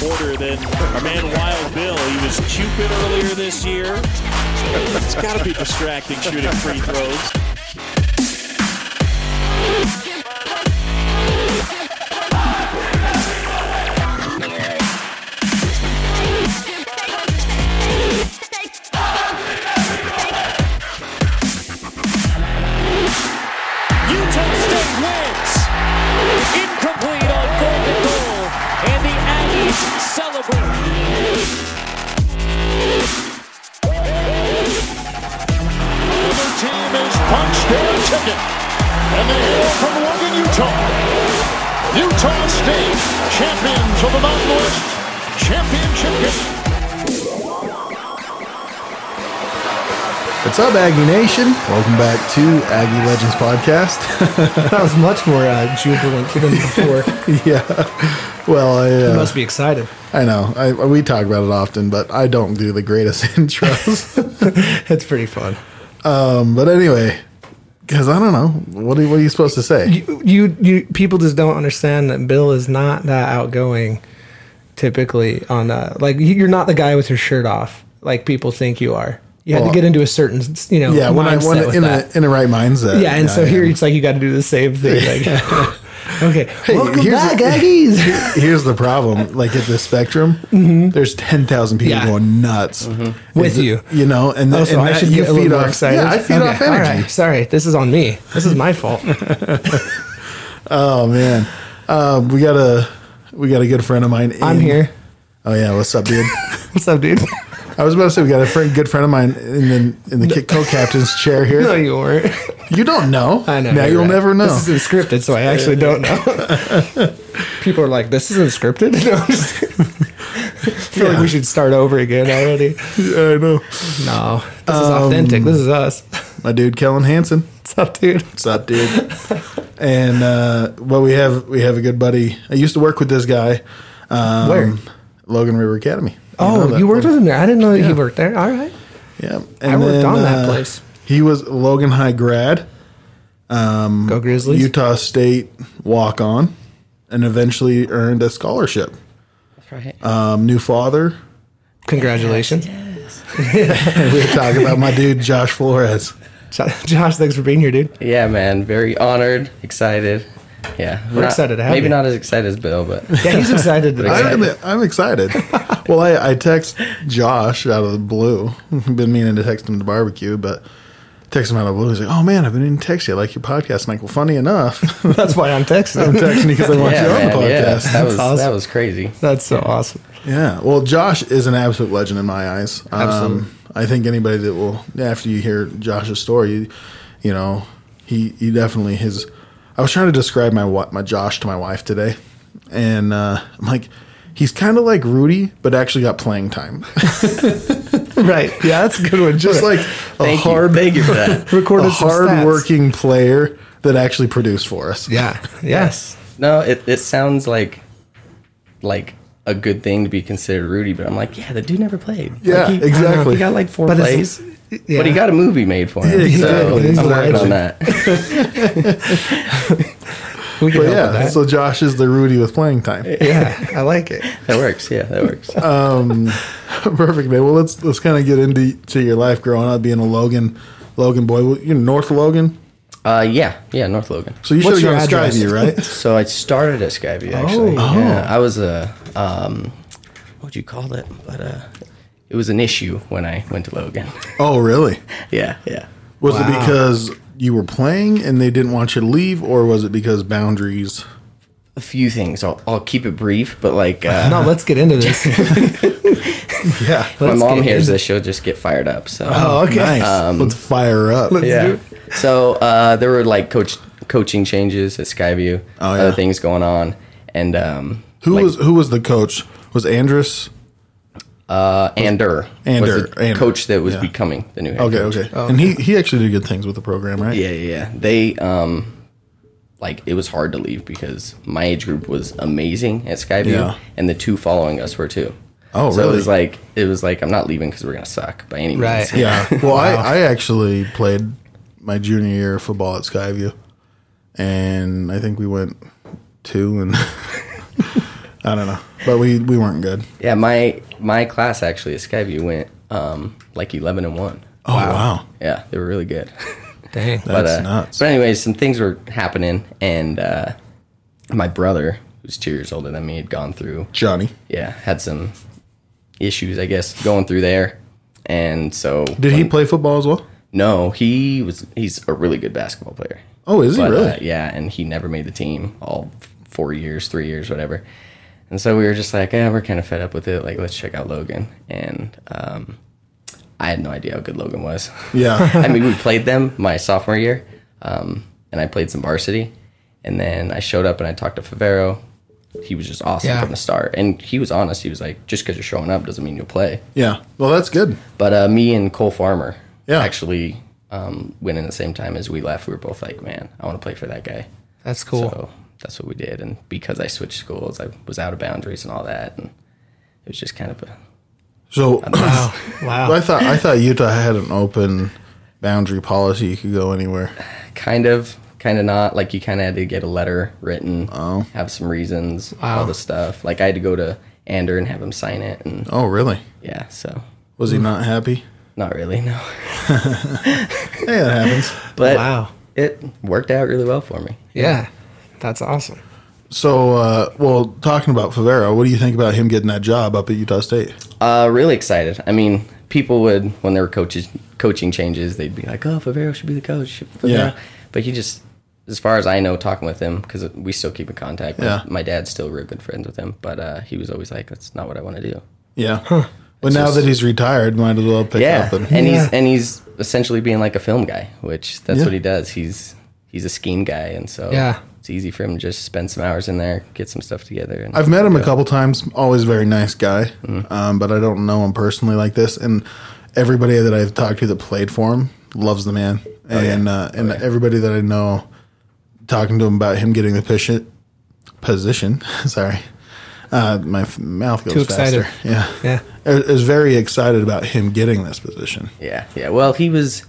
quarter than our man Wild Bill. He was Cupid earlier this year. It's got to be distracting shooting free throws. Utah State wins. Incomplete on golden goal, and the Aggies celebrate. Their team is punched their ticket. And they hail from Logan, Utah. Utah State, champions of the Mountain West Championship game. What's up, Aggie Nation? Welcome back to Aggie Legends Podcast. That was much more uh, jubilant than before. yeah. Well, I, You uh, must be excited. I know. I, we talk about it often, but I don't do the greatest intros. Um, It's pretty fun. but anyway, because I don't know. What are, what are you supposed to say? You, you, you, people just don't understand that Bill is not that outgoing. Typically, on uh, like you- you're not the guy with your shirt off, like people think you are. You had Well, to get into a certain, you know, Yeah, when I mindset when with in that. a, in the right mindset. yeah, and so I here am. it's like you got to do the same thing. Like, okay, welcome here's back, a- Aggies. Here's the problem. Like at the spectrum, there's ten thousand people Mm-hmm. Yeah. Mm-hmm. going nuts With And, you. you know, and, Oh, th- so and I that- should you get a little feed more off. excited. Yeah, I feed Okay, off all energy. right, sorry, this is on me. This is my fault. Oh man, uh, we got a we got a good friend of mine. I'm in- here. Oh yeah, what's up, dude? What's up, dude? I was about to say we got a friend, good friend of mine in the in the co captain's chair here. no, you weren't. you don't know. I know. Now you're you'll right. never know. This isn't scripted, so I actually don't know. People are like, "This isn't scripted." No, I'm just- I feel like Yeah. we should start over again already. I know. No, this is Um, authentic. This is us. My dude, Kellen Hansen. What's up, dude? What's up, dude? and uh, well, we have we have a good buddy. I used to work with this guy. Um, Where? Logan River Academy. Oh, know you, that worked little- with him there. I didn't know that he worked there. All right. Yeah, and uh, I worked on that place. He was Logan High grad, Mm. Go Grizzlies. Utah State walk on, and eventually earned a scholarship. Right. Um, new father. Congratulations. We're talking about my dude Josh Flores. Jo- Josh, thanks for being here, dude. yeah, man. Very honored, excited. Yeah. We're excited to have Maybe you. not as excited as Bill, but Yeah, he's excited. today. I'm, I'm excited. well, I, I text Josh out of the blue. been meaning to text him to barbecue, but text him out of the blue. He's like, "Oh man, I've been meaning to text you. I like your podcast." I'm like, "Well, funny enough, That's why I'm I'm texting. texting you because I want yeah, you on man, the yeah. podcast." That was that awesome. was crazy. That's so awesome. Yeah. Well, Josh is an absolute legend in my eyes. Um, I think anybody that will, after you hear Josh's story, you, you know, he, he definitely his. I was trying to describe my wa- my Josh to my wife today, and uh, I'm like, he's kind of like Rudy, but actually got playing time. Right. Yeah, that's a good one. Just like a Thank hard, you. Thank you for that. recorded a hard working player that actually produced for us. Yeah. Yes. no, it, it sounds like like a good thing to be considered Rudy, but I'm like, yeah, the dude never played. Like, Yeah, he- exactly. He got like four But it's- plays, but he got a movie made for him. Yeah, so exactly. He's I'm a working on legend. that. We can But help with yeah, that. so Josh is the Rudy with playing time. yeah, I like it. That works. Yeah, that works. Perfect, man. Well, let's let's kind of get into to your life growing up, being a Logan, Logan boy. Well, You're North Logan, Uh, yeah, yeah, North Logan. so you should What's have gone to your address? Skyview, right? So I started at Oh, Skyview actually. Yeah, I was a um, what'd you call it? But uh, it was an issue when I went to Logan. oh, really? yeah, yeah. Was it because you were playing and they didn't want you to leave, or was it because boundaries? A few things. I'll, I'll keep it brief, but like uh, No, let's get into this. Yeah. my let's mom get hears into- this, she'll just get fired up. So Oh, okay. Nice. let's fire up. Um, yeah. So uh, there were like coach coaching changes at Skyview. Oh, yeah. Other things going on, and um, who like, was who was the coach? Was Andrus? uh, Ander? Ander, was the Ander. coach that was Yeah. becoming the new head Okay, coach. okay. Oh, And he he actually did good things with the program, right? Yeah, yeah, yeah. They um like it was hard to leave because my age group was amazing at Skyview Yeah. and the two following us were too. Oh, So really? it was like it was like I'm not leaving cuz we're going to suck by any means. Right. Yeah. Well, I, I actually played my junior year of football at Skyview, and I think we went two and I don't know, but we we weren't good. Yeah, my my class actually at Skyview went um, like eleven and one. Oh wow, Yeah, they were really good. Dang. but, that's uh, nuts. But anyways, some things were happening, and uh, my brother, who's two years older than me, had gone through Johnny, yeah had some issues, I guess, going through there. And so did he play football as well? No, he was. He's a really good basketball player. Oh, is he But, uh, really? yeah, and he never made the team all f- four years, three years, whatever. And so we were just like, yeah, we're kind of fed up with it. Like, let's check out Logan. And um, I had no idea how good Logan was. Yeah, I mean, we played them my sophomore year, um, and I played some varsity. And then I showed up and I talked to Favero. He was just awesome Yeah. from the start, and he was honest. He was like, "Just because you're showing up doesn't mean you'll play." yeah. Well, that's good. But uh, me and Cole Farmer Yeah. actually um, went in the same time as we left. We were both like, man, I want to play for that guy. That's cool. So that's what we did. And because I switched schools, I was out of boundaries and all that. And it was just kind of a. So wow. Wow. I thought I thought Utah had an open boundary policy. You could go anywhere. kind of kind of not like you kind of had to get a letter written Oh. have some reasons all the stuff like i had to go to ander and have him sign it and Oh, really? yeah so Was he not happy? not really no Hey, that happens. but Wow. it worked out really well for me Yeah. That's awesome. So, uh, well, talking about Favero, what do you think about him getting that job up at Utah State? uh really excited i mean people would when there were coaches coaching changes they'd be like oh favero should be the coach Favero. Yeah. but he just as far as i know talking with him because we still keep in contact Yeah. my dad's still real good friends with him but uh he was always like that's not what i want to do Yeah. But now that he's retired, might as well pick yeah up. And, and he's Yeah. and he's essentially being like a film guy which that's Yeah. what he does he's he's a scheme guy and so Yeah. it's easy for him to just spend some hours in there get some stuff together and I've met him a couple times. Always a very nice guy, um, but I don't know him personally like this. And everybody that I've talked to that played for him loves the man, and uh, and everybody that I know talking to him about him getting the position. Position, sorry, uh, my f- mouth goes Too faster. excited. Yeah, Yeah. I I was very excited about him getting this position. yeah yeah well he was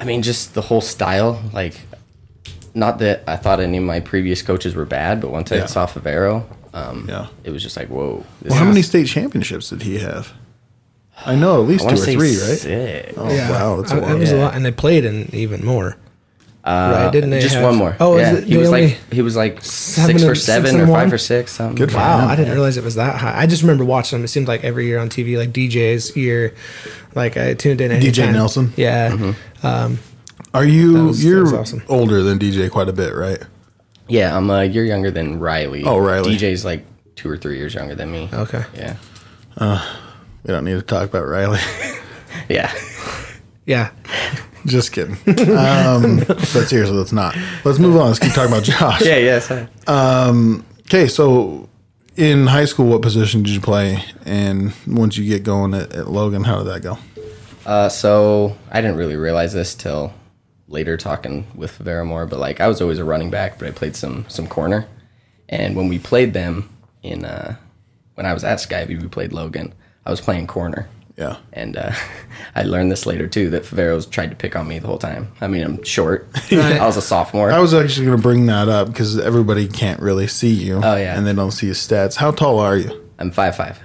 i mean just the whole style like not that i thought any of my previous coaches were bad but once Yeah. i saw favero um Yeah. it was just like whoa this Well, how is- many state championships did he have? I know at I least two wanna or say three, right? six. Oh wow, that's a Uh, lot. It was Yeah. Uh, a lot, and they played in even more. right? Didn't they? just have- one more Oh, yeah is it, he they was only- like he was like seven six for and- six seven and or one? five for six something Good for Yeah. Wow, Yeah. I didn't realize it was that high. I just remember watching them. It seemed like every year on TV, like DJ's year, like I tuned in. DJ anytime. Nelson? Yeah. Mm-hmm. Are you? was- that you're was awesome. older than DJ quite a bit, right? Yeah, I'm. Uh, you're younger than Riley. Oh, Riley. DJ's like two or three years younger than me. Okay. Yeah. We don't need to talk about Riley. Yeah. Yeah. Just kidding. Um, but seriously, let's not. Let's move on. Let's keep talking about Josh. Yeah. Yeah. Sorry. Okay, so in high school, what position did you play? And once you get going at, at Logan, how did that go? Uh, so I didn't really realize this till later talking with Vera more, but like I was always a running back, but I played some some corner. And when we played them in uh, when I was at Skyview, we played Logan. I was playing corner. Yeah. And uh, I learned this later too that Favero's tried to pick on me the whole time. I mean, I'm short. I was a sophomore. I was actually going to bring that up because everybody can't really see you. Oh, yeah. And they don't see your stats. How tall are you? I'm five five.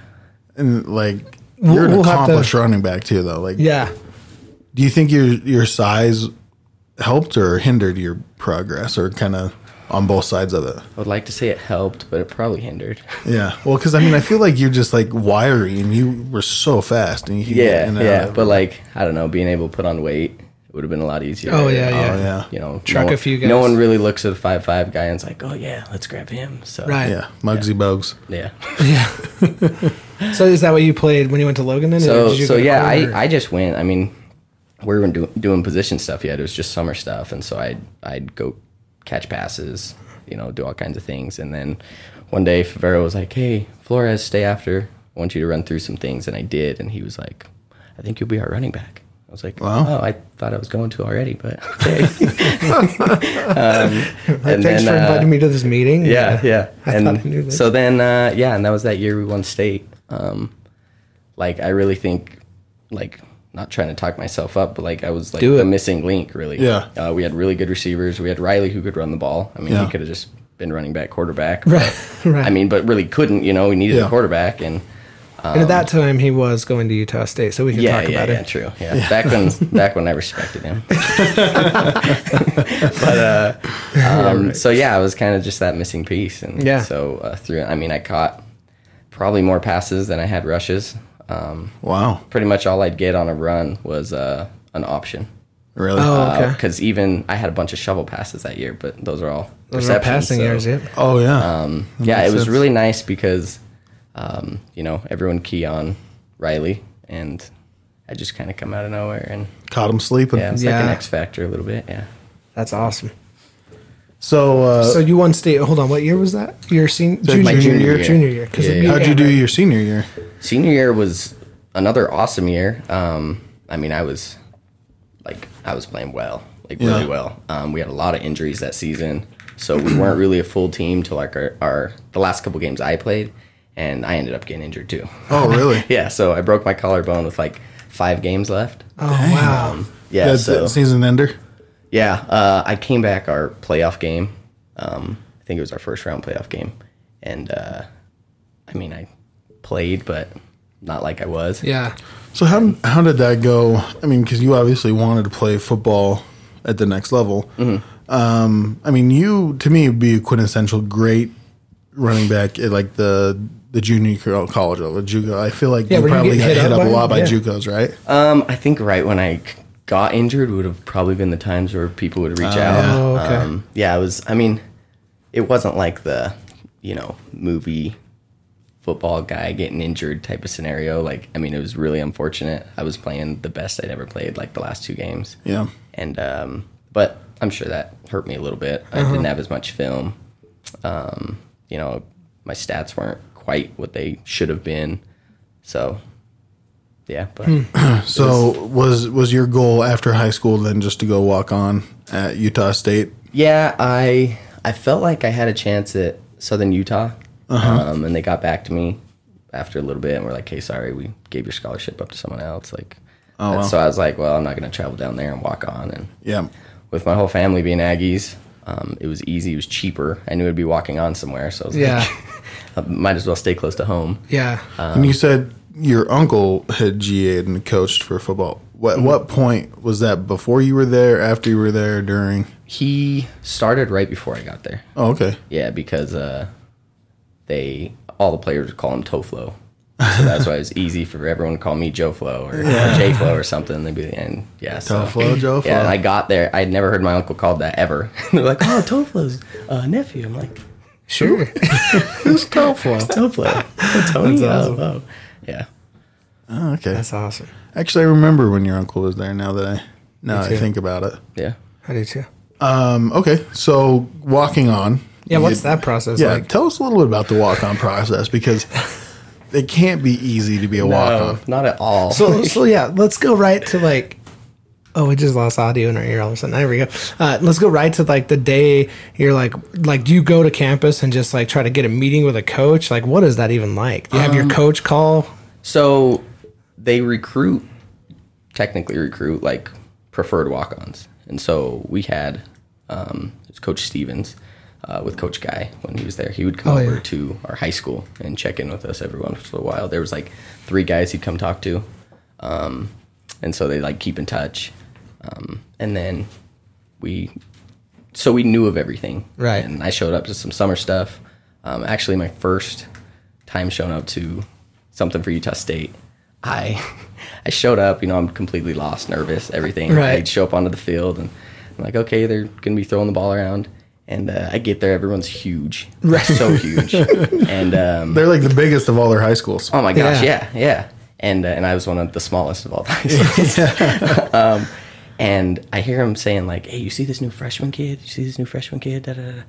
And like, you're an we'll have to- accomplished running back too, though. Like, Yeah. do you think your your size helped or hindered your progress, or kind of on both sides of it? I would like to say it helped, but it probably hindered. Yeah. Well, because I mean, I feel like you're just like wiry, and you were so fast, and you could get Yeah, in and out yeah. of But it. like, I don't know, being able to put on weight would have been a lot easier. Um, Oh yeah. oh Yeah. yeah, You know, Truck no one, a few No guys. one really looks at a five five guy and's like, oh yeah, let's grab him. So Right. yeah, Mugsy Bogues. yeah. Yeah. so is that what you played when you went to Logan? Then? So so yeah, I. I, I just went. I mean, we weren't do, doing position stuff yet. It was just summer stuff, and so I'd I'd go catch passes, you know, do all kinds of things. And then one day, Favero was like, "Hey, Flores, stay after. I want you to run through some things." And I did, and he was like, "I think you'll be our running back." I was like, Wow. "Oh, I thought I was going to already, but okay." um, and Thanks for uh, inviting me to this meeting. yeah, yeah. I and thought I knew this. so then, uh, yeah, and that was that year we won state. Um, like I really think, like not trying to talk myself up, but like I was like Do it. the missing link. Really, Yeah. Uh, we had really good receivers. We had Riley who could run the ball. I mean, Yeah. he could have just been running back quarterback. Right, but, right. I mean, but really couldn't. You know, we needed Yeah. a quarterback, and and at that time, he was going to Utah State, so we can yeah, talk yeah, about yeah, it. true. Yeah. back when back when I respected him. but uh, um, so yeah, it was kind of just that missing piece, and Yeah. So uh, through, I mean, I caught probably more passes than I had rushes. Um, Wow. pretty much all I'd get on a run was uh, an option. Really? Oh, okay. Because even I had a bunch of shovel passes that year, but those are all Those were our receptions, passing so- years, yep. oh yeah. That Um, yeah, it makes was sense. really nice because, um, you know, everyone key on Riley, and I just kind of come out of nowhere, and Caught him sleeping. yeah, it's like Yeah. an X factor a little bit, yeah. That's awesome. So, uh, Oh. So you won state. Hold on, what year was that? Your senior, That was my junior, junior year, year. junior year. 'cause Yeah, it yeah. beat how'd you do Amherst. your senior year? Senior year was another awesome year. Um, I mean, I was like, I was playing well, like really Yeah. well. Um, we had a lot of injuries that season, so we weren't really a full team till like our, our the last couple games I played, and I ended up getting injured too. Oh, really? yeah, so I broke my collarbone with like five games left. Oh wow! Yeah, That's so it, season ender. yeah, uh, I came back our playoff game. Um, I think it was our first round playoff game, and uh, I mean, I played, but not like I was. Yeah, So how how did that go? I mean, because you obviously wanted to play football at the next level. Um, I mean, you to me would be a quintessential great running back at like the the junior co- college level, JUCO. I feel like Yeah, you were you probably got getting hit, hit up up, a by lot by them? Yeah. JUCOs, right? Um, I think right when I c- got injured would have probably been the times where people would reach out. Oh, okay. Um, yeah, it was. I mean, it wasn't like the you know movie football guy getting injured type of scenario. Like, I mean, it was really unfortunate. I was playing the best I'd ever played, like the last two games. yeah. and um, but I'm sure that hurt me a little bit. I didn't have as much film. Um, you know, my stats weren't quite what they should have been. So, yeah, but So was was your goal after high school then just to go walk on at Utah State? yeah, I I felt like I had a chance at Southern Utah, um, and they got back to me after a little bit and were like, "Hey, sorry, we gave your scholarship up to someone else." Like, and wow. so I was like, "Well, I'm not going to travel down there and walk on." And Yeah. with my whole family being Aggies, um, it was easy. It was cheaper. I knew I'd be walking on somewhere, so I was yeah, like, might as well stay close to home. yeah. uh, and you said your uncle had GA'd and coached for football. What what point was that? Before you were there? After you were there? During? He started right before I got there. Oh, okay. Yeah, because uh, they all the players would call him Toflo. So that's why it was easy for everyone to call me Joe Flo or, or J Flo or something. They'd be and yeah, so, Toflo, Joe Yeah, and Flo. I got there. I'd never heard my uncle called that ever. They're like, oh, Toflo's uh, nephew. I'm like, Sure. It's tough one. Toflo, Oh, Tony. Oh, oh. Yeah, Oh, okay. That's awesome. Actually, I remember when your uncle was there. Now that I now that too. I think about it. yeah. I do too. Um, okay, so walking on. Yeah, what's You- that process Yeah, like? tell us a little bit about the walk on process because it can't be easy to be a walk on. No, not at all. so so yeah, let's go right to like oh, we just lost audio in our ear all of a sudden. There we go. Uh, let's go right to like the day you're like like do you go to campus and just like try to get a meeting with a coach? Like what is that even like? Do you have your Um, coach call? So they recruit, technically recruit like preferred walk-ons, and so we had um, it was Coach Stevens uh, with Coach Guy when he was there. He would come Oh, yeah. over to our high school and check in with us every once in a while. There was like three guys he'd come talk to, um, and so they like keep in touch, um, and then we. So we knew of everything, Right. And I showed up to some summer stuff. Um, actually, my first time showing up to something for Utah State, I I showed up. You know, I'm completely lost, nervous, everything. Right. I'd show up onto the field, and I'm like, okay, they're gonna be throwing the ball around. And uh, I get there, everyone's huge, right. so huge, and um, They're like the biggest of all their high schools. Oh my gosh, Yeah. yeah, yeah. And uh, and I was one of the smallest of all the high schools. um, and I hear him saying like, "Hey, you see this new freshman kid? You see this new freshman kid?" Da, da, da. da."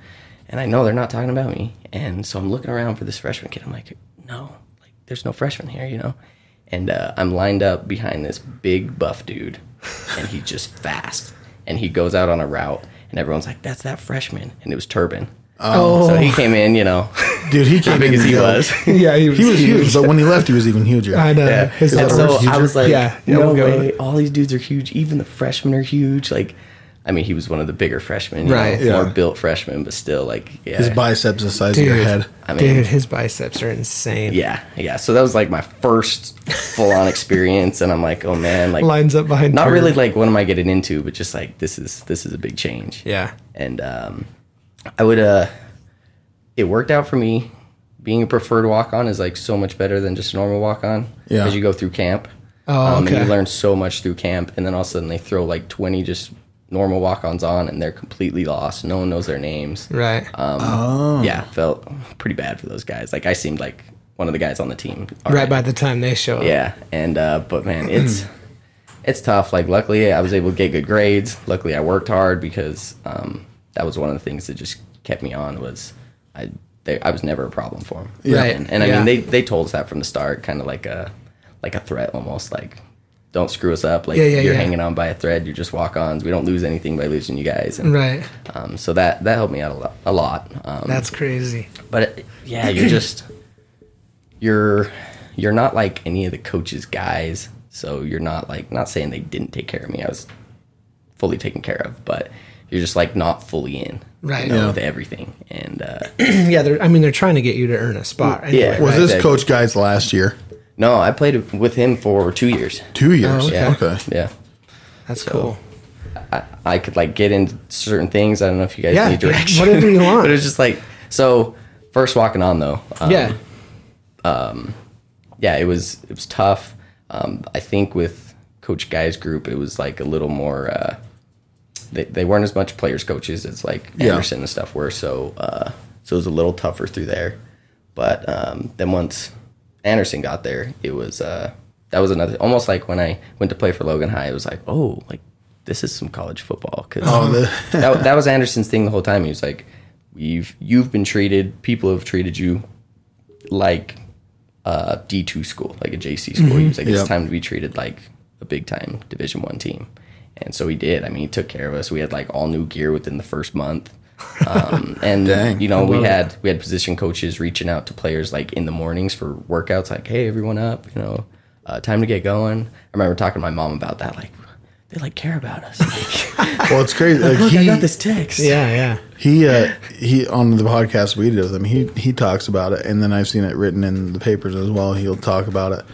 And I know they're not talking about me. And so I'm looking around for this freshman kid. I'm like, "No, like there's no freshman here, you know." And uh, I'm lined up behind this big buff dude, and he's just fast. And he goes out on a route, and everyone's like, "That's that freshman." And it was Turbin. Oh, so he came in, you know, Dude, he came as big in as he the- was. Yeah, he was, He was huge, but when he left, he was even huger. I know. Yeah. His and upper- so I was like, yeah, no we'll go with way. it. All these dudes are huge. Even the freshmen are huge. Like, I mean, he was one of the bigger freshmen, you Right. Know, Yeah. More built freshmen, but still like yeah, His biceps the size of your head. I mean- dude, his biceps are insane. yeah, yeah. So that was like my first full on experience, and I'm like, oh man, like Lines up behind Not Turner. really like what am I getting into, but just like this is this is a big change. Yeah. and um, I would uh, it worked out for me. Being a preferred walk on is like so much better than just a normal walk on. Yeah. as you go through camp. Oh, um, and okay. you learn so much through camp, and then all of a sudden they throw like twenty just normal walk ons on, and they're completely lost. No one knows their names. Right. Yeah, felt pretty bad for those guys. Like I seemed like one of the guys on the team. right by the time they show up. Yeah, and uh, but man, it's it's tough. Like luckily, I was able to get good grades. Luckily, I worked hard because um, that was one of the things that just kept me on was I they, I was never a problem for them. Yeah. Right, and, and I yeah. mean they they told us that from the start, kind of like a like a threat almost like. Don't screw us up. Like Yeah, yeah, you're yeah. hanging on by a thread. You're just walk-ons. We don't lose anything by losing you guys. And, Right. Um, so that that helped me out a lot. A lot. Um, That's crazy. but it, yeah, you're just you're you're not like any of the coaches guys. So you're not like not saying they didn't take care of me. I was fully taken care of, but you're just like not fully in. you Right. know, Yeah. With everything. And uh Yeah, they're, I mean, they're trying to get you to earn a spot. Anyway, yeah. right? Was this Right. coach guys last year? no, I played with him for 2 years. Two years. Oh, okay. okay. Yeah. That's so- cool. I could like get into certain things. I don't know if you guys Yeah, need direction. whatever you want. but it was just like so first walking on though. um, yeah. yeah, it was it was tough. Um, I think with Coach Guy's group, it was like a little more. Uh, they, they weren't as much players coaches as like Yeah. Anderson and stuff were, so uh, so it was a little tougher through there. But um, then once Anderson got there, it was uh, that was another almost like when I went to play for Logan High, it was like oh like this is some college football because Oh, that, that was Anderson's thing the whole time. He was like, "You've you've been treated. People have treated you like a D two school, like a JC school. He was like, Mm-hmm. Yep. it's time to be treated like a big time Division one team." And so he did. I mean, he took care of us. We had like all new gear within the first month, um, and Dang. you know we had we had position coaches reaching out to players like in the mornings for workouts, like, "Hey, everyone up, you know, uh, time to get going." I remember talking to my mom about that, like. They like care about us. Well, it's crazy. Like, Look, he, I got this text. Yeah, yeah. He uh, he on the podcast we did with him. He he talks about it, and then I've seen it written in the papers as well. He'll talk about it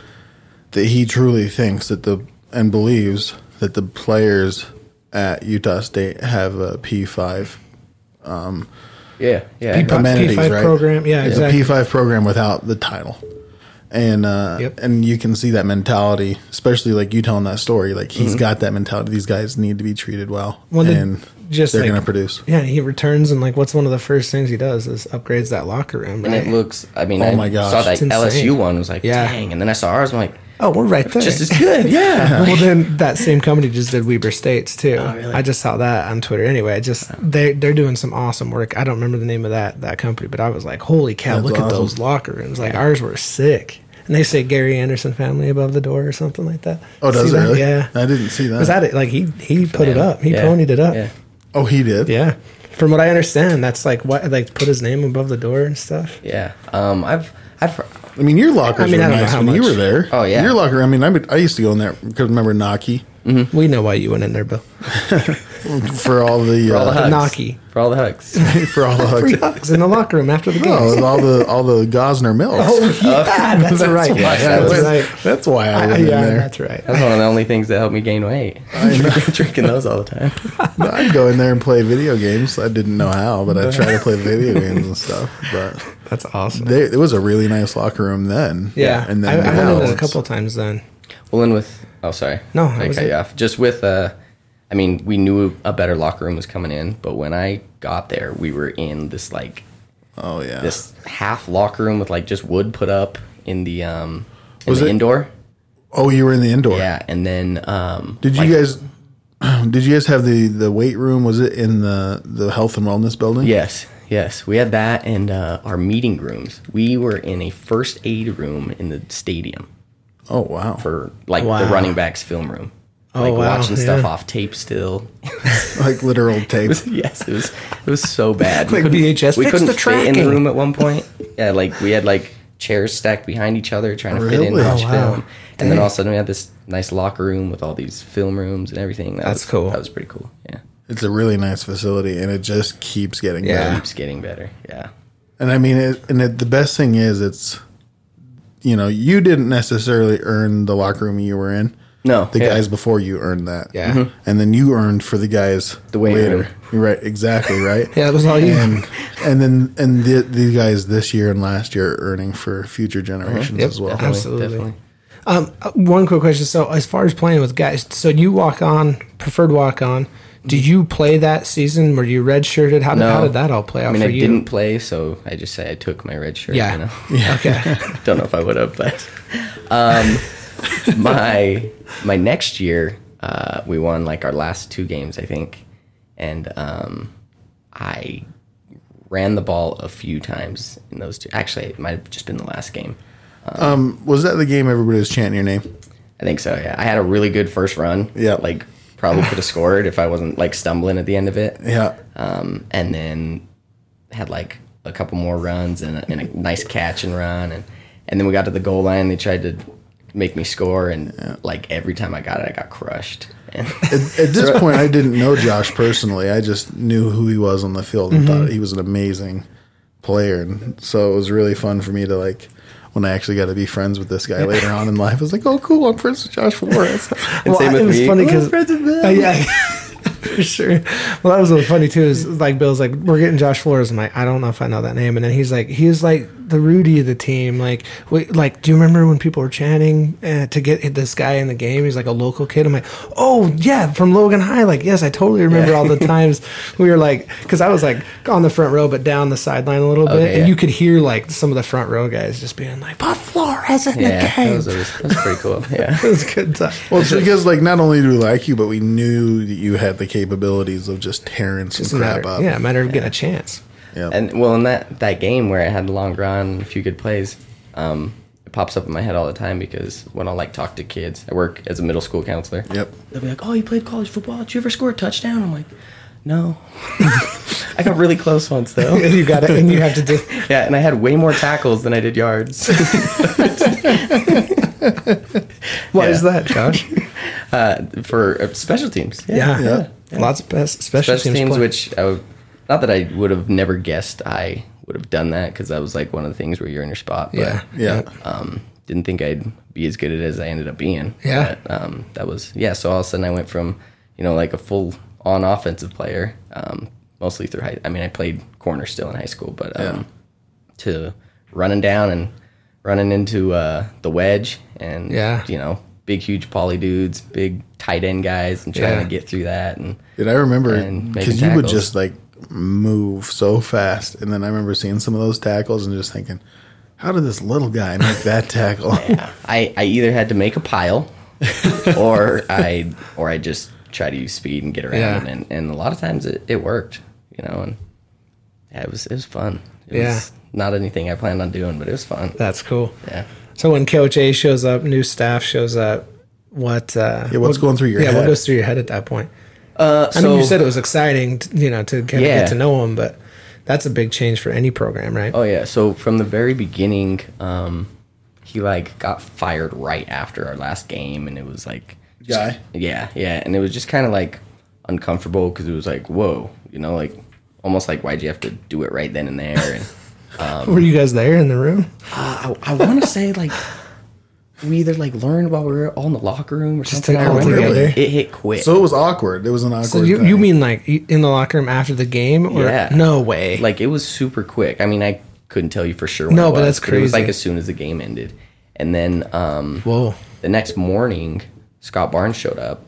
that he truly thinks that the and believes that the players at Utah State have a P five Yeah, yeah. People- no, amenities, P5 right? program, yeah, exactly. A P5 program without the title. And uh, Yep. and you can see that mentality, especially like you telling that story. Like he's got that mentality. These guys need to be treated well, Mm-hmm. Well, then, and just they're like- going to produce. Yeah, he returns and like, what's one of the first things he does is upgrades that locker room, and right? it looks. I mean, I my gosh. saw that Oh It's insane. LSU one. was like, Yeah. dang. And then I saw ours. I'm like, oh, we're right there. just as good. Yeah. well, then that same company just did Weber States too. Oh, I just saw that on Twitter. Anyway, just they they're doing some awesome work. I don't remember the name of that that company, but I was like, holy cow, That's look at awesome. those locker rooms. Like ours were sick. And they say Gary Anderson family above the door or something like that. Oh, does See it that? really? Yeah. I didn't see that. Was that it? Like he he put it up. He Yeah. ponied it up. Yeah. Oh, he did. Yeah. From what I understand, that's like what like put his name above the door and stuff. Yeah. Um, I've, I've, I mean, your lockers I mean, were I don't know nice how when you much. were there. Oh, yeah. your locker. I mean, I, I used to go in there because remember Naki We know why you went in there, Bill. for all the all the uh, hugs. Naki. for all the hugs. for all the Free hugs. hugs in the locker room after the game. Oh, and all the all the Gosner mills. Oh, yeah, Uh, that's, right. why That's that was- right. that's why I went yeah, in there. that's right. That's one of the only things that helped me gain weight. Drinking, drinking those all the time. No, I'd go in there and play video games. I didn't know how, but I tried to play video games and stuff. But That's awesome. they, it was a really nice locker room then. yeah, and I, then I now went in a it's- couple times then. Well, and with oh, sorry, No, that I was cut it. you off. Just with uh, I mean, we knew a better locker room was coming in, but when I got there, we were in this like Oh yeah, this half locker room with like just wood put up in the um in Was the it- indoor. oh you were in the indoor. Yeah, and then um Did you like- guys? Did you guys have the the weight room? Was it in the the health and wellness building? Yes, yes. We had that and uh, our meeting rooms. We were in a first aid room in the stadium Oh wow. for like Wow. Oh, the running backs film room. like wow, watching stuff yeah. off tape still. like literal tape. yes, it was it was so bad. We Like couldn't- VHS, We fix couldn't the fit in tracking. the room at one point. Yeah, like we had like chairs stacked behind each other trying to fit in Really? watch Oh, wow. film. And then all of a sudden we had this nice locker room with all these film rooms and everything. That That's was- cool. That was pretty cool. Yeah. It's a really nice facility, and it just keeps getting Yeah. better. Keeps getting better. Yeah. And I mean, it, and it, the best thing is, it's you know, you didn't necessarily earn the locker room you were in. No. The yeah. guys before you earned that. Yeah. Mhm. And then you earned for the guys The way later. later. You're right. Exactly. Right. Yeah, that was all you. And, and then and the, these guys this year and last year are earning for future generations Mm-hmm. Yep, as well. definitely. Absolutely. Definitely. Uh, One quick question. So, as far as playing with guys, so you walk on, preferred walk on. Did you play that season? Were you redshirted? How did, how did that all play out I mean, for I you? didn't play, so I just say I took my red shirt. yeah. You know? Okay. Don't know if I would have, but um, my my next year, uh, we won like our last two games, I think, and um, I ran the ball a few times in those two. Actually, it might have just been the last game. Was that the game everybody was chanting your name? I think so. Yeah, I had a really good first run. Yeah. like probably could have scored if I wasn't like stumbling at the end of it. Yeah. um, and then had like a couple more runs and a, and a nice catch and run and and then we got to the goal line they tried to make me score and like every time I got it I got crushed and At this point, I didn't know Josh personally. I just knew who he was on the field and thought he was an amazing player. And so it was really fun for me to like when I actually got to be friends with this guy later on in life. I was like, oh, cool, I'm friends with Josh Flores. And same with it was me. funny We're because friends with Bill. Uh, yeah, for sure. Well, that was really funny too. Is like Bill's like we're getting Josh Flores. I'm like I don't know if I know that name, and then he's like he was like the Rudy of the team. Like we, like do you remember when people were chanting uh, to get this guy in the game? He's like a local kid. I'm like oh yeah from Logan High. Like yes, I totally remember all the times we were like because I was like on the front row but down the sideline a little bit, Okay, and yeah. you could hear like some of the front row guys just being like but Flores in yeah the that game. was, that was, that was pretty cool yeah it was a good time. well, it's because like not only do we like you, but we knew that you had the capabilities of just tearing some It's a crap matter- up. Yeah, a matter of getting a chance. Yep. and well in that that game where I had a long run a few good plays um it pops up in my head all the time because when I like talk to kids I work as a middle school counselor yep. they'll be like, "Oh, you played college football? Did you ever score a touchdown?" I'm like, "No." I got really close once though. Oh, you got it, and you have to do. yeah, and I had way more tackles than I did yards. Why Yeah. is that, Josh? uh, for uh, special teams. Yeah, Yeah. lots of best, special, special teams, teams, play. which I would, not that I would have never guessed I would have done that because that was like one of the things where you're in your spot. But yeah, Yeah. um, didn't think I'd be as good at it as I ended up being. Yeah. But, um, that was yeah. So all of a sudden I went from you know like a full on offensive player, um, mostly through high. I mean I played corner still in high school, but um, Yeah. to running down and running into uh, the wedge and Yeah. you know big huge poly dudes, big tight end guys, and trying Yeah. to get through that and Dude, I remember And making because you would tackles. just like move so fast, and then I remember seeing some of those tackles and just thinking, "How did this little guy make that tackle?" I, I either had to make a pile or I or I just try to use speed and get around Yeah. them and, and a lot of times it, it worked, you know, and yeah, it was it was fun. It Yeah. was not anything I planned on doing, but it was fun. that's cool. Yeah. So when Coach A shows up, new staff shows up. What? Uh, Yeah, what's what- going through your yeah, head? what goes through your head at that point? Uh, I mean, you said it was exciting, t you know, to kind of Yeah. get to know them, but that's a big change for any program, right? Oh yeah. So from the very beginning, um, he like got fired right after our last game, and it was like Guy? Yeah, yeah, and it was just kind of like uncomfortable because it was like whoa, you know, like almost like why'd you have to do it right then and there and. Were you guys there in the room? I, I want to say like we either like learned while we were all in the locker room or something. I all remember together. it, it hit quick. so it was awkward. It was an awkward. So you, thing. you mean like y- in the locker room after the game? Or Yeah. No way. like it was super quick. I mean, I couldn't tell you for sure. When No, it but was, that's It was like crazy. as soon as the game ended, and then um, whoa. the next morning, Scott Barnes showed up.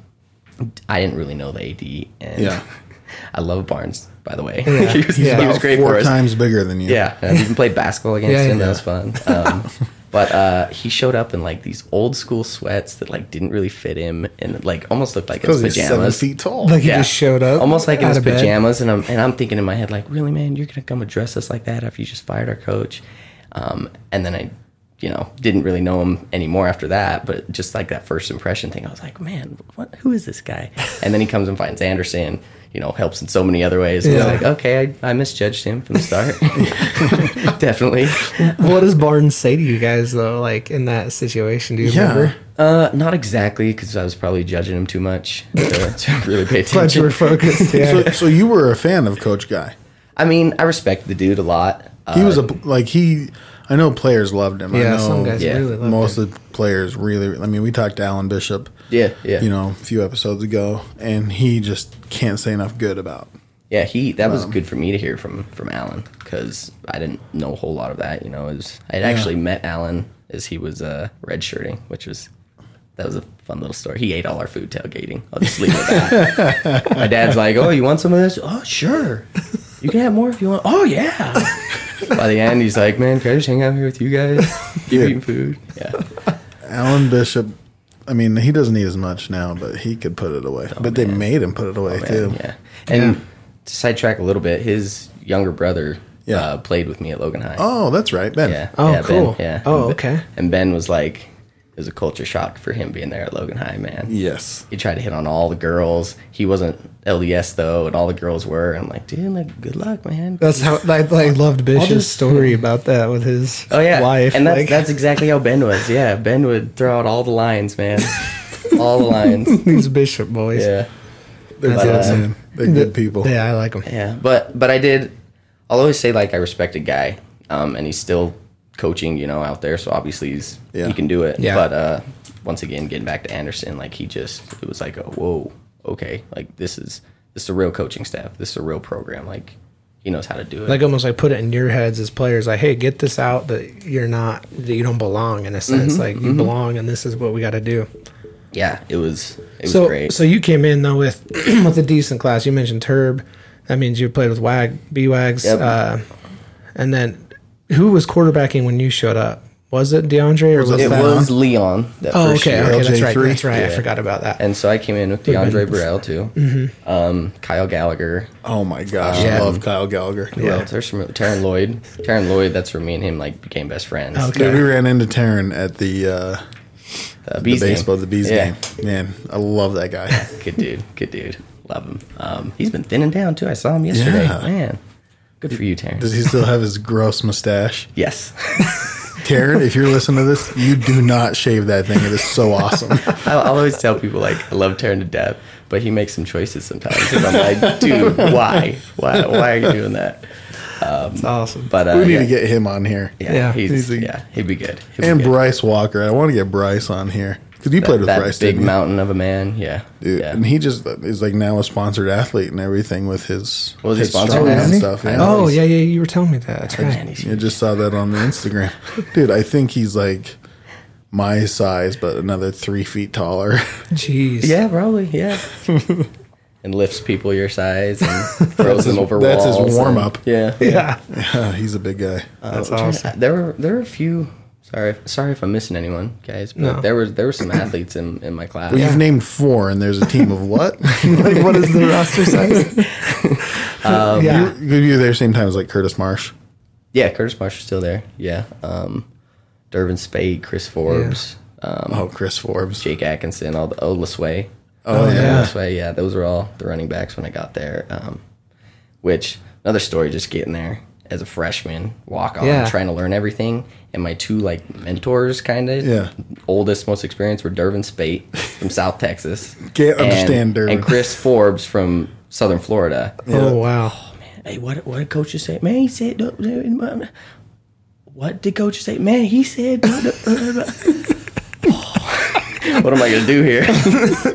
I didn't really know the AD, and Yeah. I love Barnes. By the way, Yeah. he He's was, he about was great four for us. times bigger than you. Yeah, and we even played basketball against Yeah, him. yeah. That was fun. Um, but uh, he showed up in like these old school sweats that like didn't really fit him, and like almost looked like his because he's seven pajamas. feet tall. Like he just showed up, almost like in out his of bed. pajamas, and I'm and I'm thinking in my head like, really, man, you're gonna come address us like that after you just fired our coach? Um, and then I, you know, didn't really know him anymore after that. But just like that first impression thing, I was like, man, what? Who is this guy? And then he comes and finds Anderson. you know, helps in so many other ways. And Yeah. It's like, okay, I, I misjudged him from the start. Definitely. what does Barnes say to you guys though? Like in that situation, do you Yeah. remember? Uh, not exactly, because I was probably judging him too much to, to really pay Glad you attention. were focused. Yeah. So, so you were a fan of Coach Guy. I mean, I respect the dude a lot. Uh, He was a like he. I know players loved him. I yeah, know some guys yeah, really love most it. of the players really. I mean, we talked to Alan Bishop. yeah, yeah. You know, a few episodes ago, and he just can't say enough good about. Yeah, he that was good for me to hear from from Alan because I didn't know a whole lot of that. You know, it was, I had actually met Alan as he was uh, redshirting, which was that was a fun little story. He ate all our food tailgating. I'll just leave it at that. My dad's like, "Oh, you want some of this? Oh, sure. You can have more if you want. Oh, yeah." By the end, he's like, "Man, can I just hang out here with you guys? Keep Yeah. eating food." Yeah, Alan Bishop. I mean, he doesn't eat as much now, but he could put it away. but they made him put it away Oh, Man, too. yeah. And to sidetrack a little bit, his younger brother Yeah. uh, played with me at Logan High. Oh, that's right, Ben. Yeah. Oh, yeah, cool. Ben, yeah. Oh, And Be- okay. And Ben was like, it was a culture shock for him being there at Logan High, man. Yes. He tried to hit on all the girls. He wasn't LDS though, and all the girls were. I'm like, dude, like, good luck, man. That's how I like loved Bishop's just- story about that with his oh yeah, wife. and that's like, that's exactly how Ben was. Yeah, Ben would throw out all the lines, man, all the lines. these Bishop boys. Yeah. They're That's good, uh, awesome. man. They're good people. Yeah, I like them. Yeah, but but I did. I'll always say like I respect a guy, um, and he's still coaching, you know, out there. So obviously he's Yeah. he can do it. Yeah. But uh, once again, getting back to Anderson, like he just it was like, a, whoa, okay, like this is this is a real coaching staff. This is a real program. Like he knows how to do it. Like almost like put it in your heads as players, like, hey, get this out that you're not that you don't belong in a sense. Mm-hmm, like you belong, and this is what we got to do. yeah, it was it was so, great. So you came in though with with a decent class. You mentioned Turb. That means you played with Wag, B Wags, Yep. uh, and then who was quarterbacking when you showed up? Was it DeAndre or was, it it that? was Leon that oh, first okay, year. okay, that's right, LJ3. that's right. I Yeah. forgot about that. And so I came in with Would've been- DeAndre Burrell too, mm-hmm. um, Kyle Gallagher, Oh my gosh, I Yeah. love Kyle Gallagher. Who Oh. else? There's some Taryn Lloyd. Taryn Lloyd. That's where me and him like became best friends. Okay. Dude, we ran into Taryn at the uh, Uh, the Bees game. baseball the bees Yeah. game. Man, I love that guy. Good dude. Good dude. Love him. Um, he's been thinning down too. I saw him yesterday. Yeah. Man, good for you, Terrence. Does he still have his gross mustache? yes, Taryn, if you're listening to this, you do not shave that thing. It is so awesome. I, I'll always tell people like I love Terrence to death, but he makes some choices sometimes, and I'm like, dude, why, why, why are you doing that? That's awesome. But uh, We need yeah, to get him on here. yeah, yeah, he's, he's a- yeah, he'd be good. He'd And be good. Bryce Walker. I want to get Bryce on here because you played with that Bryce, big didn't you? mountain of a man. Yeah, Dude, yeah. And he just is like now a sponsored athlete and everything with his, Was he his sponsored strongman now? and stuff. I Yeah. know. Oh he's- yeah, yeah, you were telling me that. That's right. Man, he's I just saw that on the Instagram. Dude, I think he's like my size, but another three feet taller. Jeez. Yeah, probably. Yeah. and lifts people your size and throws them over that's his walls. and- warm-up. Yeah. Yeah. He's a big guy. That's I'm trying awesome. to- there were there were a few. Sorry, sorry if I'm missing anyone, guys. But No. there was there were some athletes in, in my class. Well, You've named four, and there's a team of what? like, what is the roster size? yeah. you, you were there same time as like Curtis Marsh. Yeah, Curtis Marshall's still there. Yeah, um, Dervin Spade, Chris Forbes, um, Oh, Chris Forbes. Jake Atkinson, all the oh Lasway. Oh, yeah. yeah. Lasway, yeah, those were all the running backs when I got there. Um, which another story, just getting there as a freshman, walk on, Yeah. trying to learn everything, and my two like mentors, kind of, Yeah. oldest, most experienced, were Dervin Spate from South Texas. Can't understand Dervin. And Chris Forbes from Southern Florida. Oh wow. Hey, what what did coaches say? Man, he said. duh, duh, duh, duh. What did coaches say? Man, he said. duh, duh, duh, duh, duh." what am I gonna do here?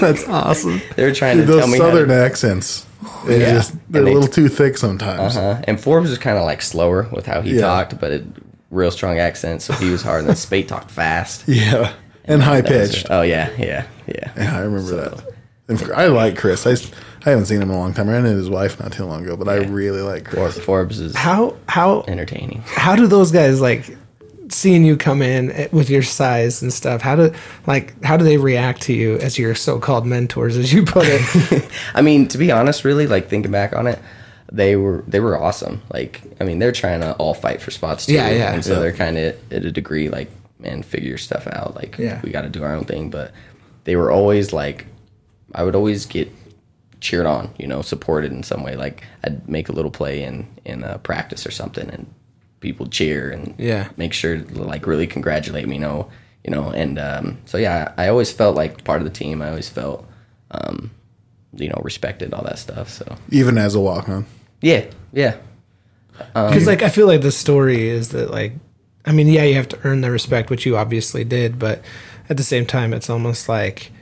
That's awesome. They're trying to tell Those me. how to- southern accents. They Yeah. just, they're And a they- little too thick sometimes. Uh, and Forbes was kind of like slower with how he Yeah. talked, but it, real strong accent, so he was hard. And then Spate talked fast. Yeah. And high pitched. Oh yeah, yeah, yeah. Yeah, I remember that. And I like Chris. I, s- I haven't seen him in a long time. I ran into his wife not too long ago, but I really like Or- Chris. Forbes is How how entertaining. how do those guys like seeing you come in at- with your size and stuff? How do like how do they react to you as your so-called mentors, as you put it? I mean, to be honest, really, like thinking back on it, they were they were awesome. Like, I mean, they're trying to all fight for spots too. Yeah, yeah. And so Yeah. they're kind of at a degree like, man, figure stuff out. Like, Yeah. we got to do our own thing. But they were always like, I would always get cheered on, you know, supported in some way. Like I'd make a little play in in uh, practice or something, and people cheer and Yeah. make sure to, like really congratulate me. You know, you know, and um, so yeah, I always felt like part of the team. I always felt, um, you know, respected all that stuff. So even as a walk on. yeah, yeah, Because like I feel like the story is that like I mean yeah you have to earn the respect which you obviously did but at the same time it's almost like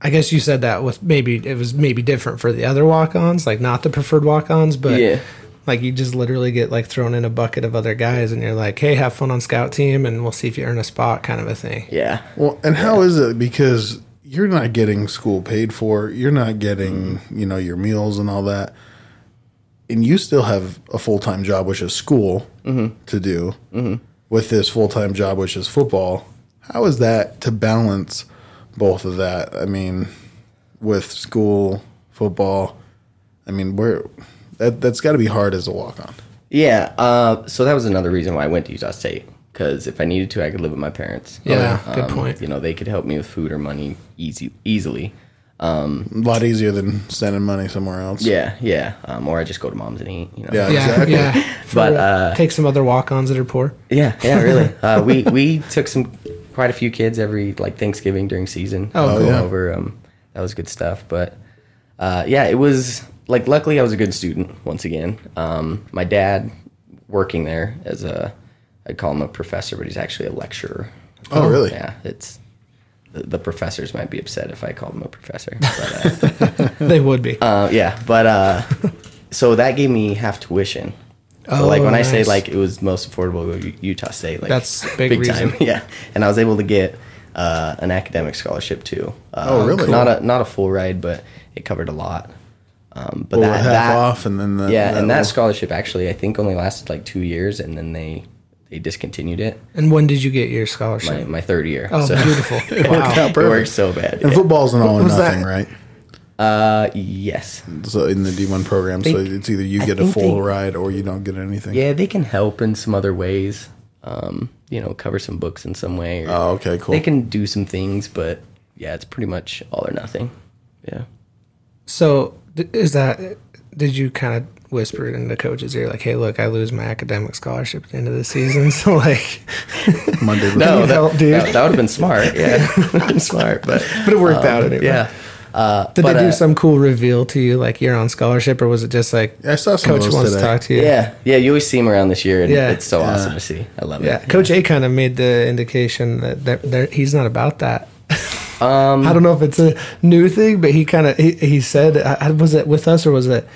I guess you said that with maybe it was maybe different for the other walk-ons like not the preferred walk-ons but Yeah. like you just literally get like thrown in a bucket of other guys and you're like hey have fun on scout team and we'll see if you earn a spot kind of a thing yeah. Well, and how is it? Because you're not getting school paid for. You're not getting, Mm-hmm. you know, your meals and all that. And you still have a full time job, which is school, Mm-hmm. to do with this full time job, which is football. How is that to balance both of that? I mean, with school, football, I mean, where that, that's got to be hard as a walk on. Yeah. Uh, so that was another reason why I went to Utah State because if I needed to, I could live with my parents. Um, Yeah, good point. You know, they could help me with food or money easy easily. A lot easier than sending money somewhere else. Yeah, yeah. Um, or I just go to mom's and eat. You know. Yeah. yeah Exactly. yeah But, For, uh, take some other walk-ons that are poor Yeah, yeah, really. uh, we we took some quite a few kids every like Thanksgiving during season. Oh, Going yeah. over. Um, that was good stuff. But uh, yeah, it was like luckily I was a good student once again. Um, my dad working there as a I call him a professor, but he's actually a lecturer. Oh, really? Yeah, it's the, the professors might be upset if I called him a professor. But, uh, they would be uh, yeah, but uh, so that gave me half tuition. So Oh, like when I say nice. like it was most affordable to go to Utah State, like That's a big reason. yeah. And I was able to get uh, an academic scholarship too. Uh, Oh, really? Not a not a full ride, but it covered a lot. Um, but Well, that, half that off, and then the, yeah, and little- that scholarship actually I think only lasted like two years, and then they they discontinued it and when did you get your scholarship my, my third year. oh so beautiful wow Yeah, it perfect. worked so bad. And football's an all or was nothing, that? right? Uh, yes. So in the D one program, so They- it's either you get a think full they- ride or you don't get anything. Yeah, they can help in some other ways. Um, you know, cover some books in some way. Or Oh, okay, cool. They can do some things, but yeah, it's pretty much all or nothing. Yeah. So th- is that? Did you kind of whisper it into coaches? You're like, "Hey, look, I lose my academic scholarship at the end of the season, so like, Monday. you that, help, dude? That, would have been smart. Yeah, Would've been smart, but but it worked out anyway." Um, yeah. Uh, Did but, they do uh, some cool reveal to you, like you're on scholarship, or was it just like I saw some of coach those wants today. to talk to you? Yeah, yeah. You always see him around this year, and Yeah. it's so awesome to see. I love yeah. it. Coach A kind of made the indication that that there he's not about that. Um, I don't know if it's a new thing, but he kind of he, he said, I, I- "Was it with us or was it?"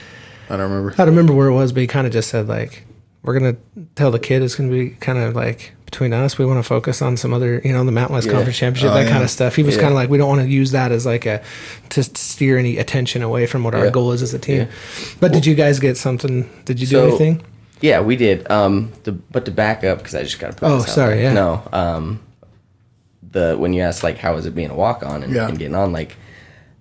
I don't remember. I don't remember where it was, but he kind of just said like, "We're gonna tell the kid it's gonna be kind of like between us. We want to focus on some other, you know, the Mountain West Conference Championship, Oh, that yeah. kind of stuff." He was kind of like, "We don't want to use that as like a to steer any attention away from what our Yeah. goal is as a team." But did you guys get something? Did you do So- anything? Yeah, we did. Um, the, but to back up, because I just got to put. Oh, this out sorry, there. yeah. No. Um, the when you asked like how was it being a walk on and, Yeah. and getting on like,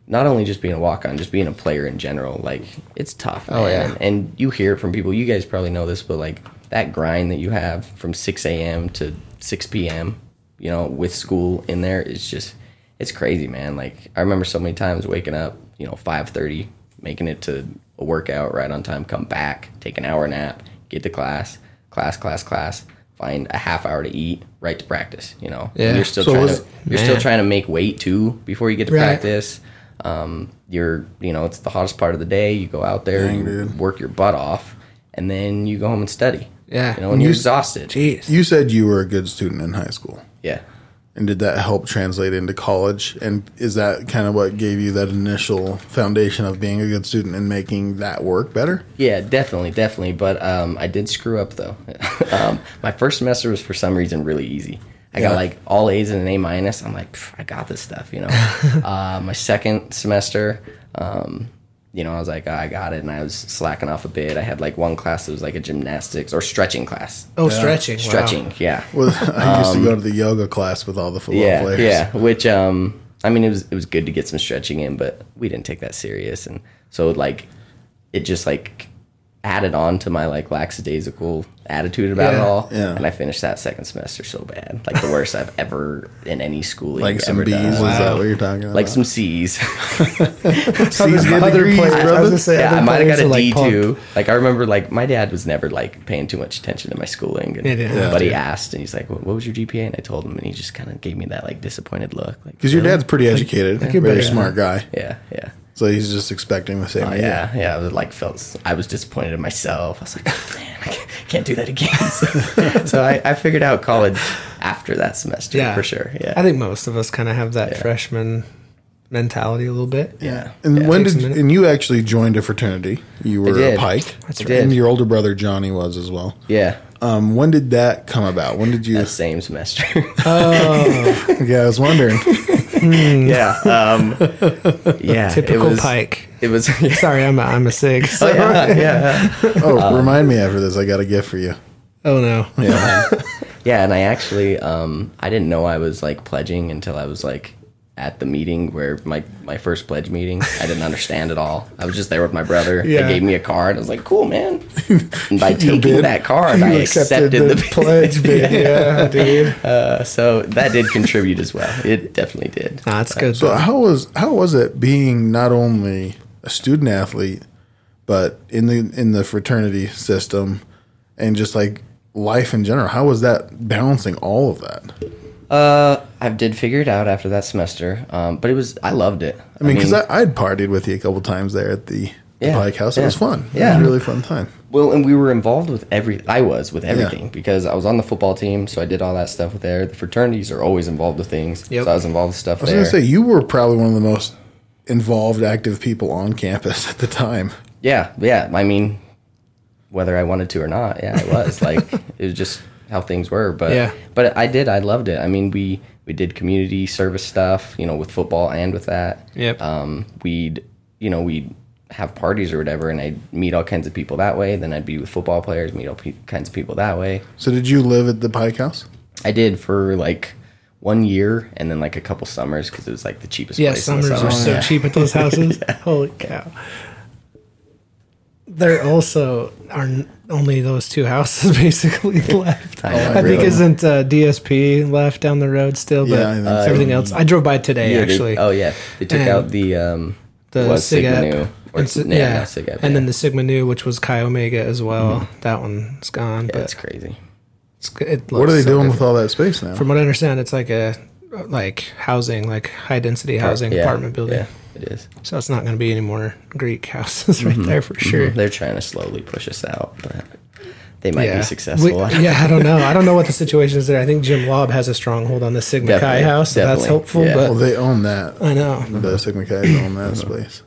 not only just being a walk on, just being a player in general, like it's tough. Oh yeah. And, and you hear it from people. You guys probably know this, but like that grind that you have from six a.m. to six p.m. You know, with school in there, it's just it's crazy, man. Like I remember so many times waking up, you know, five thirty, making it to a workout right on time, come back, take an hour nap, get to class, class, class, class, find a half hour to eat, right to practice. You know, Yeah. And you're still So trying was- to you're still Man. trying to make weight too before you get to Right. practice. Um, you're you know it's the hottest part of the day. You go out there, Dang, you dude. work your butt off, and then you go home and study. Yeah. you know, and You you're s- exhausted. Jeez, You said you were a good student in high school, Yeah, and did that help translate into college? And is that kind of what gave you that initial foundation of being a good student and making that work better? yeah, definitely, definitely. But um, I did screw up though. um, my first semester was for some reason really easy. I Yeah. got like all A's and an A minus. I'm like, "Pff, I got this stuff, you know. uh, my second semester, um, you know, I was like, "Ah, I got it, and I was slacking off a bit. I had like one class that was like a gymnastics or stretching class. oh stretching, wow. stretching, yeah. Well, I used to go to the yoga class with all the football Um, yeah, players. Yeah, which um, I mean, it was it was good to get some stretching in, but we didn't take that serious, and so like, it just like added on to my like lackadaisical attitude about Yeah, it all. yeah. And I finished that second semester so bad, like the worst I've ever in any schooling Like some ever B's, done. is that what you're talking about? Like some C's. C's get Other degrees, players- I was brother. gonna say- yeah, other I might have got players a are, like, D two. Like I remember, like my dad was never like paying too much attention to my schooling, and, Yeah, yeah. Yeah, but he dude. asked, and he's like, "What what was your GPA?" And I told him, and he just kind of gave me that like disappointed look, like Because your "Really?" dad's pretty educated, you're very better. smart guy. Yeah, yeah. So he's just expecting the same. Oh, thing. yeah, yeah. I was like, felt I was disappointed in myself. I was like, "Oh, man, I can't- can't do that again. So, so I, I figured out college after that semester yeah, for sure. Yeah, I think most of us kind of have that Yeah. freshman mentality a little bit. yeah. And yeah. when Takes a did minute. and you actually joined a fraternity? You were a did. pike. That's and right. your older brother Johnny was as well. yeah, Um, when did that come about? When did you? that same semester. Yeah, I was wondering. yeah, um, yeah. it Typical was- Pike. It was. Yeah. Sorry, I'm a, I'm a sig. Oh, yeah, yeah, yeah. Oh, Um, remind me after this. I got a gift for you. Oh no. Yeah, Yeah, and I actually um I didn't know I was like pledging until I was like at the meeting where my my first pledge meeting. I didn't understand at all. I was just there with my brother. Yeah. They gave me a card. I was like, "Cool, man." And by You taking bid. that card, I accepted, the, pledge, bit. yeah, dude. Ah, Uh, so that did contribute as well. It definitely did. Nah, that's good. So how was how was it being not only a student athlete, but in the in the fraternity system, and just like life in general? How was that balancing all of that? Uh, I did figure it out after that semester. Um, but it was I loved it. I mean, because I, I'd partied with you a couple times there at the, the Yeah, bike house. It yeah, was fun. it yeah. was a really fun time. Well, and we were involved with every. I was with everything because I was on the football team, so I did all that stuff with there. The fraternities are always involved with things, Yep. so I was involved with stuff I was there. gonna say you were probably one of the most involved, active people on campus at the time. yeah, yeah. I mean, whether I wanted to or not, yeah, I was like, it was just how things were. But Yeah. but I did. I loved it. I mean, we we did community service stuff, you know, with football and with that. Yep. Um, we'd you know we'd have parties or whatever, and I'd meet all kinds of people that way. Then I'd be with football players, meet all pe- kinds of people that way. So did you live at the Pike House? I did for like one year and then like a couple summers because it was like the cheapest. Yeah, place in the summers are summer. so cheap at those houses. Holy cow. There also are n- only those two houses basically left. I know, I think really. isn't uh, DSP left down the road still, but Yeah, I think so. everything else. I drove by today Yeah, they- actually. oh yeah, they took And out the um the was Sig Sigma Ep Nu, or and si- yeah, yeah, not Sig Ep, and then yeah. Mm-hmm. the Sigma Nu, which was Chi Omega as well. That one's gone. Yeah, that's but crazy. it's, g- it looks What are they so doing different. with all that space now? From what I understand, it's like a like housing, like high density housing Yeah, apartment building. Yeah, it is. So it's not going to be any more Greek houses Mm-hmm. right there for sure. They're trying to slowly push us out, but they might Yeah. be successful. We- yeah, I don't know. I don't know what the situation is there. I think Jim Lobb has a stronghold on the Sigma Chi Definitely, house, so that's definitely, helpful. yeah. well, But they own that. I know. The Sigma Chi own that space.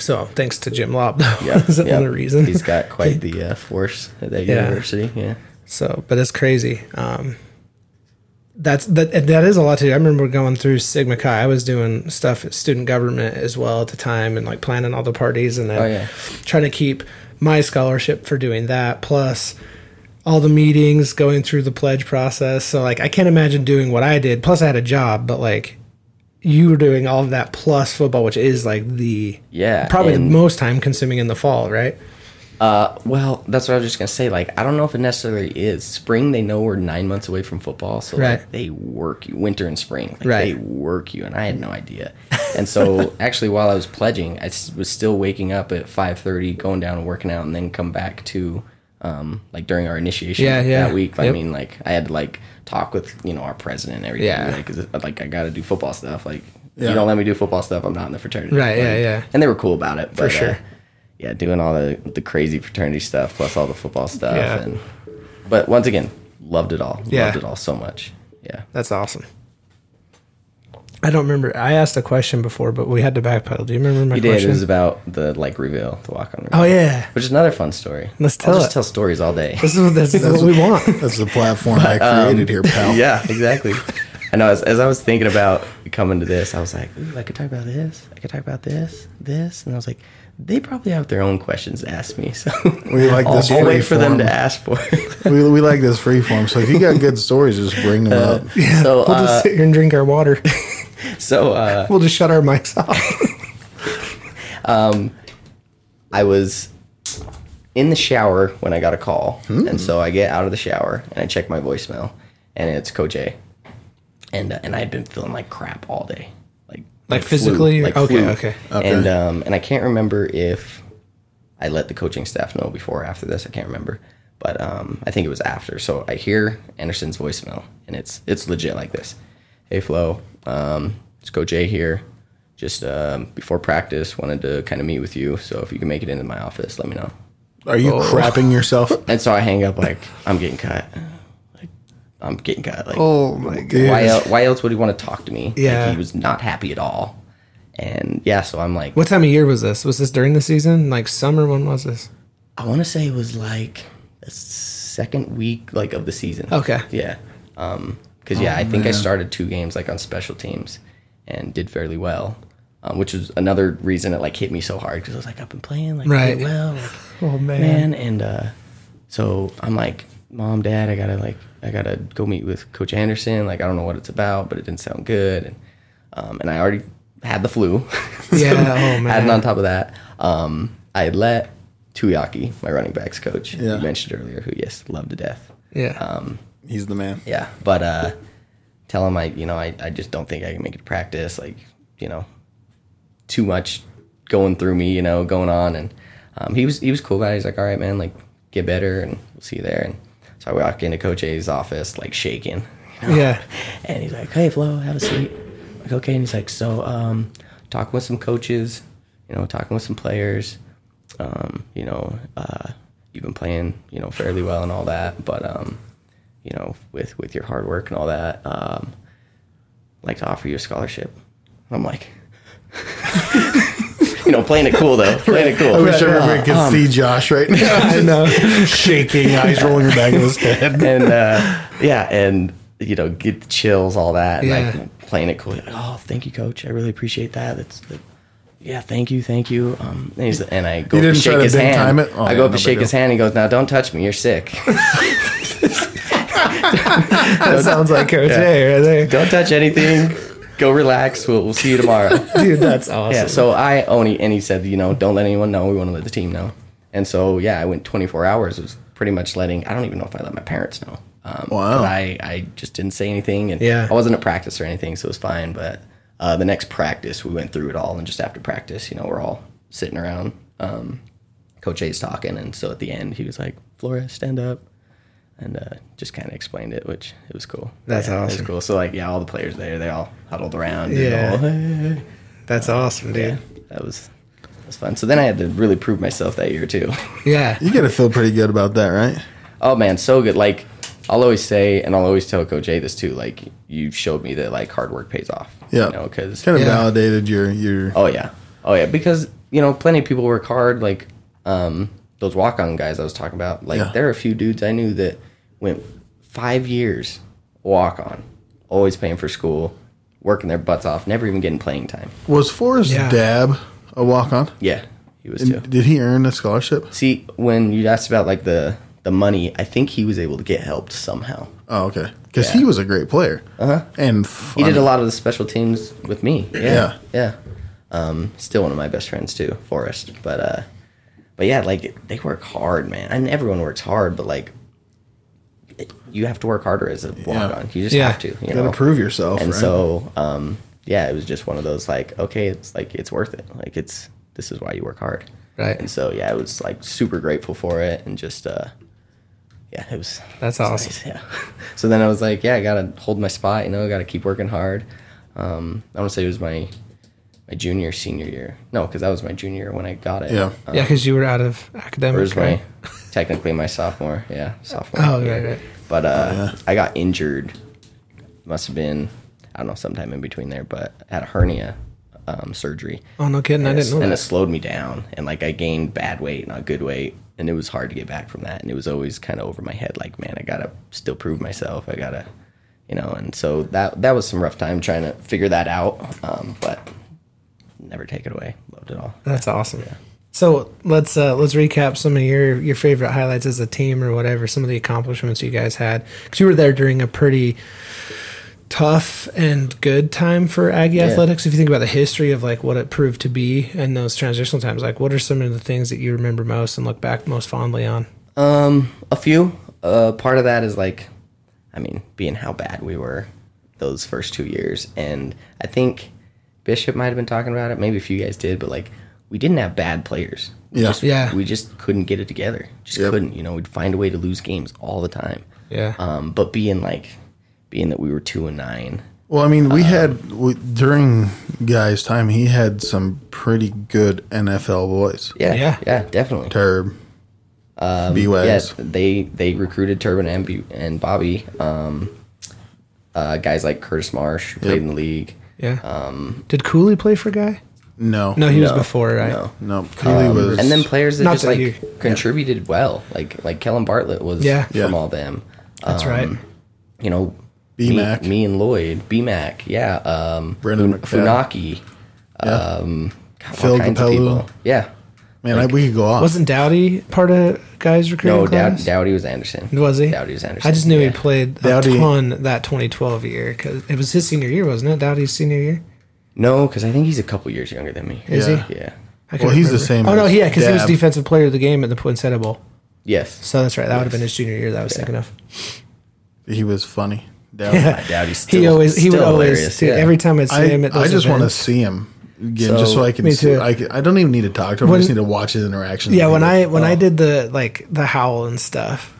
So thanks to Jim Lobb, though, Yeah, is the yeah. only reason. he's got quite the uh, force at that Yeah. university. Yeah, So, but it's crazy. Um, that's that. and That is a lot to do. I remember going through Sigma Chi. I was doing stuff at student government as well at the time, and like planning all the parties, and then Oh, yeah. trying to keep my scholarship for doing that. Plus, all the meetings, going through the pledge process. So, like, I can't imagine doing what I did. Plus, I had a job, but like, you were doing all of that plus football, which is like the yeah. probably and- the most time consuming in the fall, right? Well, that's what I was just gonna say. Like, I don't know if it necessarily is spring. They know we're nine months away from football, so Right. like, they work you winter and spring. Like, Right. they work you, and I had no idea. and so, actually, while I was pledging, I s- was still waking up at five thirty, going down and working out, and then come back to um, like during our initiation Yeah, yeah. that week. I Yep. mean, like I had to like talk with you know our president and everything. Yeah. like, 'cause, like I got to do football stuff. Like Yeah. you don't let me do football stuff, I'm not in the fraternity. Right, yeah, Like, yeah. And they were cool about it but, uh, sure. yeah, doing all the the crazy fraternity stuff plus all the football stuff. Yeah. And, but once again, loved it all. Yeah. Loved it all so much. Yeah. That's awesome. I don't remember. I asked a question before, but we had to backpedal. Do you remember my You did. question? It was about the like reveal, the walk on. oh yeah, Which is another fun story. Let's I'll tell just it. tell stories all day. this is what, this is what we want. That's the platform I created here, pal. yeah, exactly. I know. As, as I was thinking about coming to this, I was like, Ooh, I could talk about this. I could talk about this, this, and I was like, they probably have their own questions to ask me. So We like I'll, this I'll free wait for them form. to ask for. it. We, we like this free form. So if you got good stories, just bring them up. so we'll just uh, sit here and drink our water. so uh, we'll just shut our mics off. I was in the shower when I got a call, Hmm. and so I get out of the shower and I check my voicemail, and it's Coach A, and uh, and I had been feeling like crap all day, like Like physically? Okay, flu. okay. and um and I can't remember if I let the coaching staff know before or after this. I can't remember, but um I think it was after. So I hear Anderson's voicemail, and it's it's legit like this: Hey Flo, um, it's Coach A here. Just um, before practice, wanted to kind of meet with you. So if you can make it into my office, let me know. Are you crapping yourself? And so I hang up like I'm getting cut. Like, I'm getting cut. Like Oh my god. why, el- why else would he want to talk to me? Like, Yeah. he was not happy at all. And yeah, so I'm like, What time of year was this? Was this during the season? Like summer? When was this? I want to say it was like the second week like of the season. Okay. Oh, Yeah. Um 'cause cuz yeah, I think I started two games like on special teams and did fairly well. Um, which was another reason it like hit me so hard cuz I was like I've been playing like Right. really well. Like, Oh man and uh so i'm like mom dad i gotta like i gotta go meet with coach anderson like i don't know what it's about but it didn't sound good and um and i already had the flu Yeah, oh and man. on top of that um i had let Tuyaki, my running backs coach, Yeah. you mentioned earlier, who yes, loved to death. Yeah. Um, He's the man. Yeah, but uh, tell him I, you know, I, I just don't think I can make it to practice. Like, you know, too much going through me, you know, going on. And um, he was he was cool about it. He's like, all right, man, like get better, and we'll see you there. And so I walk into Coach A's office, like shaking, yeah. and he's like, hey, Flo, have a seat. I'm like, okay. And he's like, so um, talking with some coaches, you know, talking with some players, um, you know, uh, you've been playing, you know, fairly well and all that, but um, you know, with with your hard work and all that, um, I'd like to offer you a scholarship. And I'm like, you know, playing it cool though, playing it cool. I wish everybody could see Josh right now. I know. Shaking, eyes rolling back in his head. and uh, yeah, and you know, get the chills, all that, and Yeah. like playing it cool. Like, oh, thank you, coach. I really appreciate that. That's that, yeah, thank you, thank you. Um, and, he's, and I go You didn't up to try shake to his big hand. time it? Oh, I yeah, go up no to shake big his hand. He goes, now don't touch me. You're sick. That sounds like Coach A right there. don't touch anything. Go relax. We'll, we'll see you tomorrow. Dude, that's awesome. Yeah, so I only and he said, you know, don't let anyone know. We want to let the team know. And so yeah, I went 24 hours. It was pretty much letting. I don't even know if I let my parents know. Um, Wow. but I I just didn't say anything, and Yeah. I wasn't at practice or anything, so it was fine. But uh, the next practice, we went through it all, and just after practice, you know, we're all sitting around. Um, Coach A's talking, and so at the end, he was like, "Flora, stand up." And uh, just kind of explained it, which it was cool. That's Yeah, It awesome. was cool. So like, yeah, all the players there, they all huddled around. Yeah. Yeah. And all, That's awesome, yeah, dude. that was that was fun. So then I had to really prove myself that year too. Yeah. You got to feel pretty good about that, right? oh man, so good. Like I'll always say, and I'll always tell Coach A this too. Like you showed me that like hard work pays off. Yeah. you know, because Kind of Yeah. validated your your. oh yeah, oh yeah, because you know plenty of people work hard. Like um those walk on guys I was talking about. Like Yeah. there are a few dudes I knew that went five years walk on, always paying for school, working their butts off, never even getting playing time. Was Forrest Yeah. Dab a walk on? Yeah, he was too. Did he earn a scholarship? See, when you asked about like the the money, I think he was able to get helped somehow. Oh, okay. Because Yeah. Uh-huh. he was a great player. Uh huh. And fun. He did a lot of the special teams with me. Yeah. Yeah, yeah. Um, still one of my best friends too, Forrest. But uh, but yeah, like they work hard, man. And everyone works hard, but like it- you have to work harder as a walk on. You just Yeah. have to. You Got know? to prove yourself. And right? so, um, yeah, it was just one of those like, okay, it's like it's worth it. Like it's this is why you work hard. Right. And so, yeah, I was like super grateful for it, and just uh, yeah, it was That's it was awesome. nice, yeah. so then I was like, yeah, I gotta hold my spot. You know, I gotta keep working hard. Um, I want to say it was my my junior senior year. No, because that was my junior year when I got it. Yeah. Um, Yeah, because you were out of or is academic. my right? technically my sophomore? Yeah, sophomore. Oh, year. right, right. But uh, I got injured. Must have been I don't know sometime in between there, but I had a hernia um, surgery. Oh, no kidding. I And didn't it- know and it that. slowed me down, and like I gained bad weight, not good weight, and it was hard to get back from that. And it was always kind of over my head, like man, I gotta still prove myself. I gotta, you know. And so that that was some rough time trying to figure that out. Um, but never take it away. Loved it all. That's awesome. So let's uh, let's recap some of your, your favorite highlights as a team or whatever, some of the accomplishments you guys had because you were there during a pretty tough and good time for Aggie athletics. If you think about the history of like what it proved to be and those transitional times, like what are some of the things that you remember most and look back most fondly on? a few. Uh, part of that is like, I mean, being how bad we were those first two years, and I think Bishop might have been talking about it. Maybe a few guys did, but like, we didn't have bad players. Yeah. Just- Yeah. we just couldn't get it together. Just Yep. couldn't. You know, we'd find a way to lose games all the time. Yeah. Um, but being like, being that we were two and nine. Well, I mean, uh, we had we, during Guy's time, he had some pretty good NFL boys. Yeah, Yeah. yeah, yeah, definitely. Turb, B Wags. Yes, they they recruited Turbin and, Bu- and Bobby. Um, uh, guys like Curtis Marsh who Yep. played in the league. Yeah. Um, Did Cooley play for Guy? No, No, he was No, before, right? no. no. Cooley was, and then players that Not just that like you- contributed well, like like Kellen Bartlett was Yeah. from Yeah. all them. That's Um, right. You know, B-Mac. me, me and Lloyd, BMAC, yeah, um, Brendan Fu- McFadden. Funaki, Yeah. God, all Um, Phil kinds of Capello. people. yeah. Man, I, we could go off. Wasn't Dowdy part of Guy's recruiting No, Dow- class? Dowdy was Anderson. was he? Dowdy was Anderson. I just knew yeah. he played a Dowdy- ton that 2012 year because it was his senior year, wasn't it? Dowdy's senior year. No, because I think he's a couple years younger than me. Is Yeah. he? Yeah. I couldn't Well, he's the remember. same Oh no, as yeah, because he was Dab. defensive player of the game at the Poinsettia Bowl. Yes. So that's right. That would have been his junior year. That I was thinking of. he was funny. Down. Dowdy's still, He always he would still always hilarious, dude, yeah. every time I'd see I, him at I those just want to events- see him again, So- just so I can. Me See, too. I, can- I don't even need to talk to him. I When- just need to watch his interactions. Yeah, with when people. I Oh. when I did the like the howl and stuff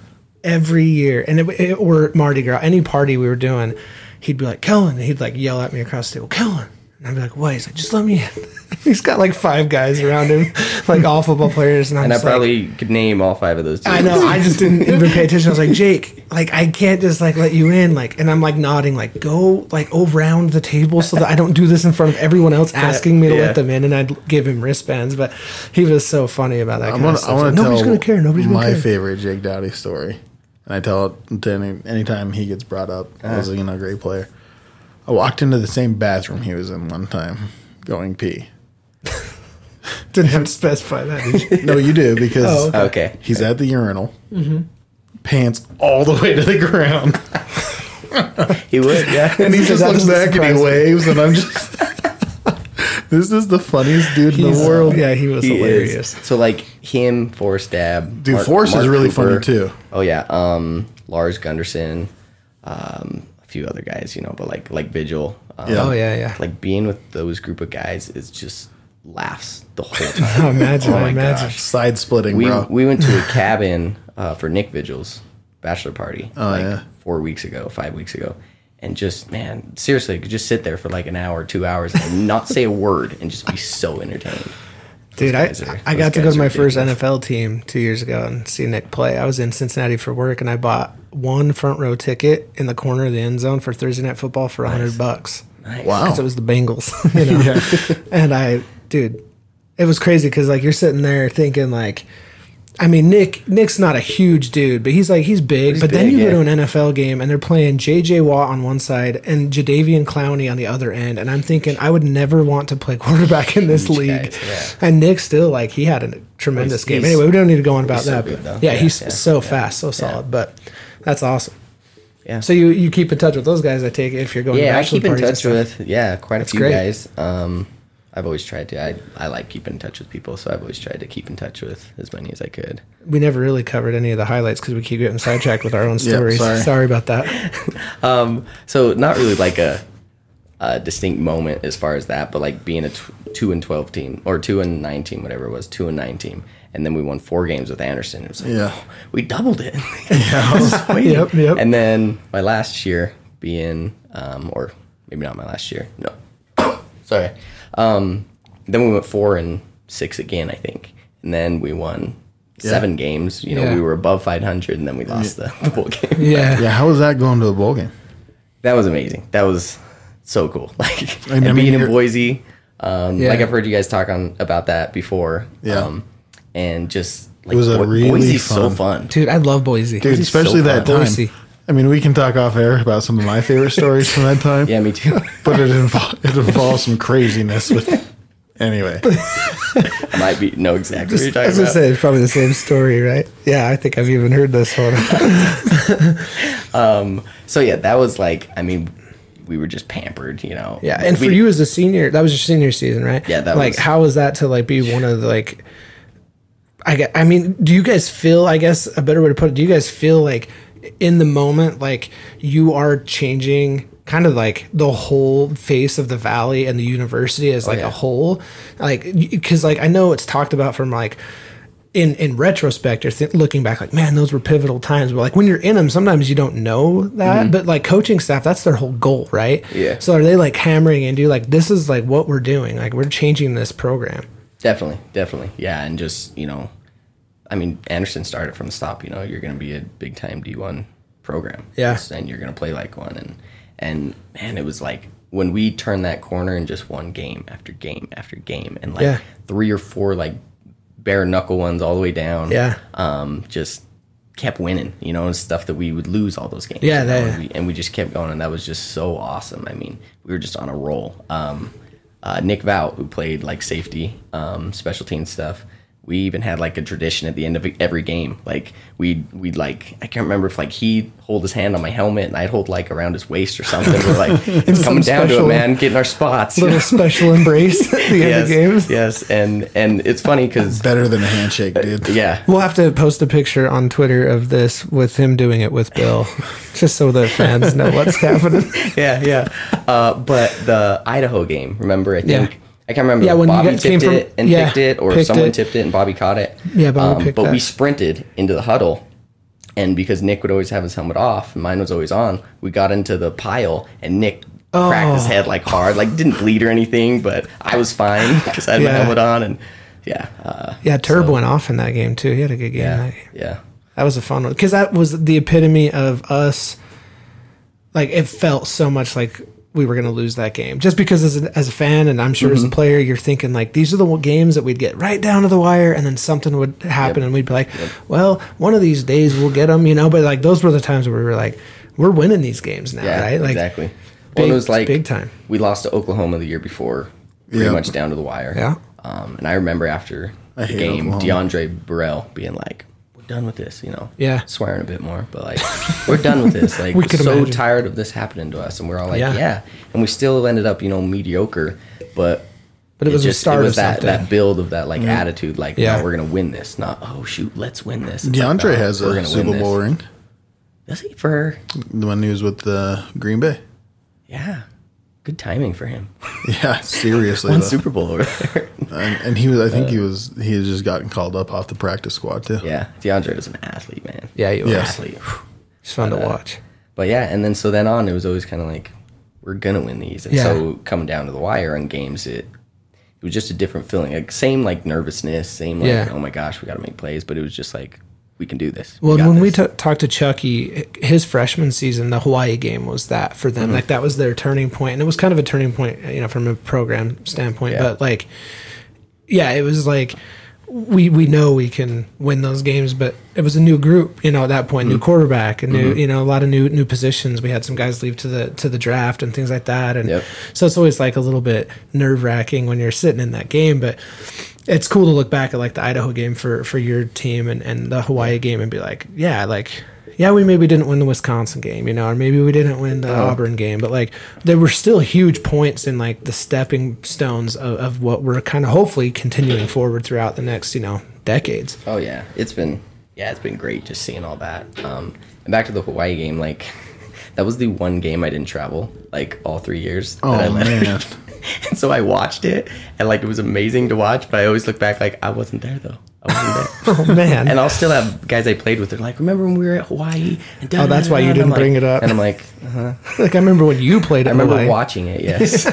every year, and it, it or Mardi Gras, any party we were doing, he'd be like Kellen, and he'd like yell at me across the table, Kellen, and I'd be like, what? He's like, just let me in. He's got like five guys around him, like all football players, and I'm And I just like, probably could name all five of those. Teams. I know. I just didn't even pay attention. I was like, Jake, like I can't just like let you in, like, and I'm like nodding, like go like around the table so that I don't do this in front of everyone else asking me to Yeah. let them in, and I'd give him wristbands. But he was so funny about that. I kind want of to. stuff. I want Like, to Nobody's tell gonna care. Nobody's gonna my care. favorite Jake Dowdy story, and I tell it to any anytime he gets brought up as Uh-huh. you know a great player. I walked into the same bathroom he was in one time, going pee. Didn't have to specify that. did you? No, you do because Oh, okay. Mm-hmm. Okay. he's at the urinal, pants all the way to the ground, He would. Yeah. and he just That looks doesn't back and surprise me. he waves, and I'm just. this is the funniest dude in He's- the world. Yeah, he was He hilarious. is. So like him, Forrest Dab. Dude, Forrest is really funny, too. Oh yeah. Um, Lars Gunderson, um, a few other guys, you know, but like like Vigil. Um, uh, Yeah. Oh yeah, yeah. Like being with those group of guys is just laughs the whole time. Oh, imagine, Oh my imagine. gosh. Side splitting, we bro. we went to a cabin uh, for Nick Vigil's bachelor party. Oh, like yeah. Four weeks ago, five weeks ago. And just man, seriously, could just sit there for like an hour, two hours, and not say a word, and just be so entertained. Dude, I, guys are- I got to those guys go to are my first ridiculous. NFL team two years ago and see Nick play. I was in Cincinnati for work and I bought one front row ticket in the corner of the end zone for Thursday night football for a hundred bucks Nice. Wow. because it was the Bengals, you know. And I, dude, it was crazy because like you're sitting there thinking like, I mean Nick Nick's not a huge dude, but he's like he's big. but then big, you yeah. go to an NFL game and they're playing J.J. Watt on one side and Jadavian Clowney on the other end, and I'm thinking I would never want to play quarterback in this league. yeah. And Nick still like he had a tremendous He's- game. he's- Anyway, we don't need to go on about so that. good, though. but yeah, Yeah, he's yeah, so fast, so solid. But that's awesome. Yeah. So you, you keep in touch with those guys, I take it, if you're going to yeah, I bachelor keep in parties and touch stuff. with yeah quite a few great. guys. Um, I've always tried to. I I like keeping in touch with people, so I've always tried to keep in touch with as many as I could. we never really covered any of the highlights because we keep getting sidetracked with our own stories. sorry. sorry. about that. So not really like a, a distinct moment as far as that, but like being a tw- two and twelve team or two and nine team, whatever it was, two and nine team, and then we won four games with Anderson. It was like Yeah. we doubled it. I was just waiting. Yep, yep. And then my last year being, um, or maybe not my last year. No, sorry. Um, then we went four and six again, I think, and then we won. Seven games, you know, Yeah. we were above 500, and then we lost the, the bowl game. Yeah. Yeah, how was that going to a bowl game? That was amazing. That was so cool. Like I mean, and being in you're- Boise, um, Yeah. like I've heard you guys talk on about that before. Yeah. um, and just like was a really Boise's so fun- fun. Dude, I love Boise. Dude, This is especially so that fun. time. Boise. I mean, we can talk off air about some of my favorite stories from that time. Yeah, me too. but it involves it involves some craziness with. Anyway, Might be no exactly what you're I talking was gonna about. say it's probably the same story, right? Yeah, I think I've even heard this one. So yeah, that was like I mean, we were just pampered, you know. Yeah, and for We- you as a senior, that was your senior season, right? Yeah, that like was- how was that to like be one of the like. I get. I mean, do you guys feel? I guess a better way to put it. Do you guys feel like in the moment, like you are changing kind of like the whole face of the valley and the university as like Oh, yeah. a whole, like because like I know it's talked about from like in in retrospect you're th- looking back like man those were pivotal times but like when you're in them sometimes you don't know that but like coaching staff that's their whole goal right Mm-hmm. Yeah. so are they like hammering into you like this is like what we're doing like we're changing this program Definitely, definitely. Yeah, and just, you know, I mean, Anderson started from the stop, you know, you're going to be a big time D1 program. Yeah. And you're going to play like one and and man, it was like when we turned that corner in just one game after game after game and like Yeah. three or four like bare knuckle ones all the way down. Yeah. Um just kept winning, you know, and stuff that we would lose all those games. Yeah, you know, that- and we, and we just kept going and that was just so awesome. I mean, we were just on a roll. Um uh, Nick Vout, who played like safety, um, special team stuff. We even had like a tradition at the end of every game. Like we'd we'd like I can't remember if like he'd hold his hand on my helmet and I'd hold like around his waist or something. We're like it's coming down to special- it, man, getting our spots. you know? little special embrace at the end yes, of games yes, and and it's funny because Better than a handshake, dude. Uh, yeah, we'll have to post a picture on twitter of this with him doing it with bill just so the fans know what's happening yeah, yeah. Uh, but the Idaho game, remember? I think Yeah. I can't remember Yeah, if when you Bobby guys tipped came from- it and yeah, picked it, or picked if someone it. tipped it and Bobby caught it. Um, Yeah, Bobby picked But we that. sprinted into the huddle, and because Nick would always have his helmet off and mine was always on, we got into the pile, and Nick. Cracked his Oh. head like hard, like didn't bleed or anything, but I was fine because I had my Yeah. helmet on and yeah, uh, yeah turb went off in that game too he had a good game that yeah, game. yeah, That was a fun one because that was the epitome of us. Like it felt so much like we were going to lose that game, just because as a, as a fan and I'm sure as a Mm-hmm. player, you're thinking like these are the games that we'd get right down to the wire, and then something would happen, Yep. and we'd be like, "Well, one of these days we'll get them," you know. But like those were the times where we were like, "We're winning these games now, yeah, right?" Like, exactly. well, big- it was like big time. We lost to Oklahoma the year before, pretty Yeah. much down to the wire. Yeah. Um, and I remember after I the hate game, Oklahoma. DeAndre Burrell being like, "We're done with this," you know. Yeah. Swearing a bit more, but like, we're done with this. Like, We we are could so imagine. tired of this happening to us, and we're all like, Yeah. yeah. And we still ended up, you know, mediocre, but. But it was the start of that, something. that build of that like attitude, like Yeah. yeah, we're gonna win this. Not oh shoot, let's win this. It's like, DeAndre "No, has we're a gonna win Super this." Bowl ring. Does he for The one he was with the Green Bay. yeah? Good timing for him. Yeah, seriously. One though. Super Uh, Bowl over there. and, and he was. I think he was. He had just gotten called up off the practice squad too. Yeah, DeAndre was an athlete, man. yeah, it was Yeah. Athlete. Whew. it's fun to Uh, watch. But yeah, and then so then on, it was always kind of like, we're gonna win these. And Yeah. so coming down to the wire on games, it it was just a different feeling. Like same like nervousness, same like Yeah. oh my gosh, we got to make plays. But it was just like we can do this. Well, got when we this. t- talked to Chucky, his freshman season, the Hawaii game was that for Mm-hmm. them. Like that was their turning point, and it was kind of a turning point, you know, from a program standpoint. Yeah. But like, yeah, it was like we we know we can win those games, but it was a new group, you know, at that point, Mm-hmm. new quarterback, a new you know, a lot of new new positions. We had some guys leave to the to the draft and things like that, and Yep. so it's always like a little bit nerve wracking when you're sitting in that game, but it's cool to look back at like the Idaho game for for your team and and the Hawaii game and be like, yeah, like. Yeah, we maybe didn't win the Wisconsin game, you know, or maybe we didn't win Oh. the Auburn game, but like there were still huge points in like the stepping stones of, of what we're kind of hopefully continuing forward throughout the next, you know, decades. Oh yeah, it's been yeah, it's been great just seeing all that. Um, and back to the Hawaii game, like that was the one game I didn't travel like all three years. that I Oh left. man. And so I watched it, and like it was amazing to watch. But I always look back like I wasn't there though. I wasn't Oh there. man. and I'll still have guys I played with. They're like, remember when we were at Hawaii? And Oh, that's why you da-da-da-da-da," and didn't I'm like- bring it up. And I'm like, uh-huh. like I remember when you played at I remember Hawaii. watching it. Yes.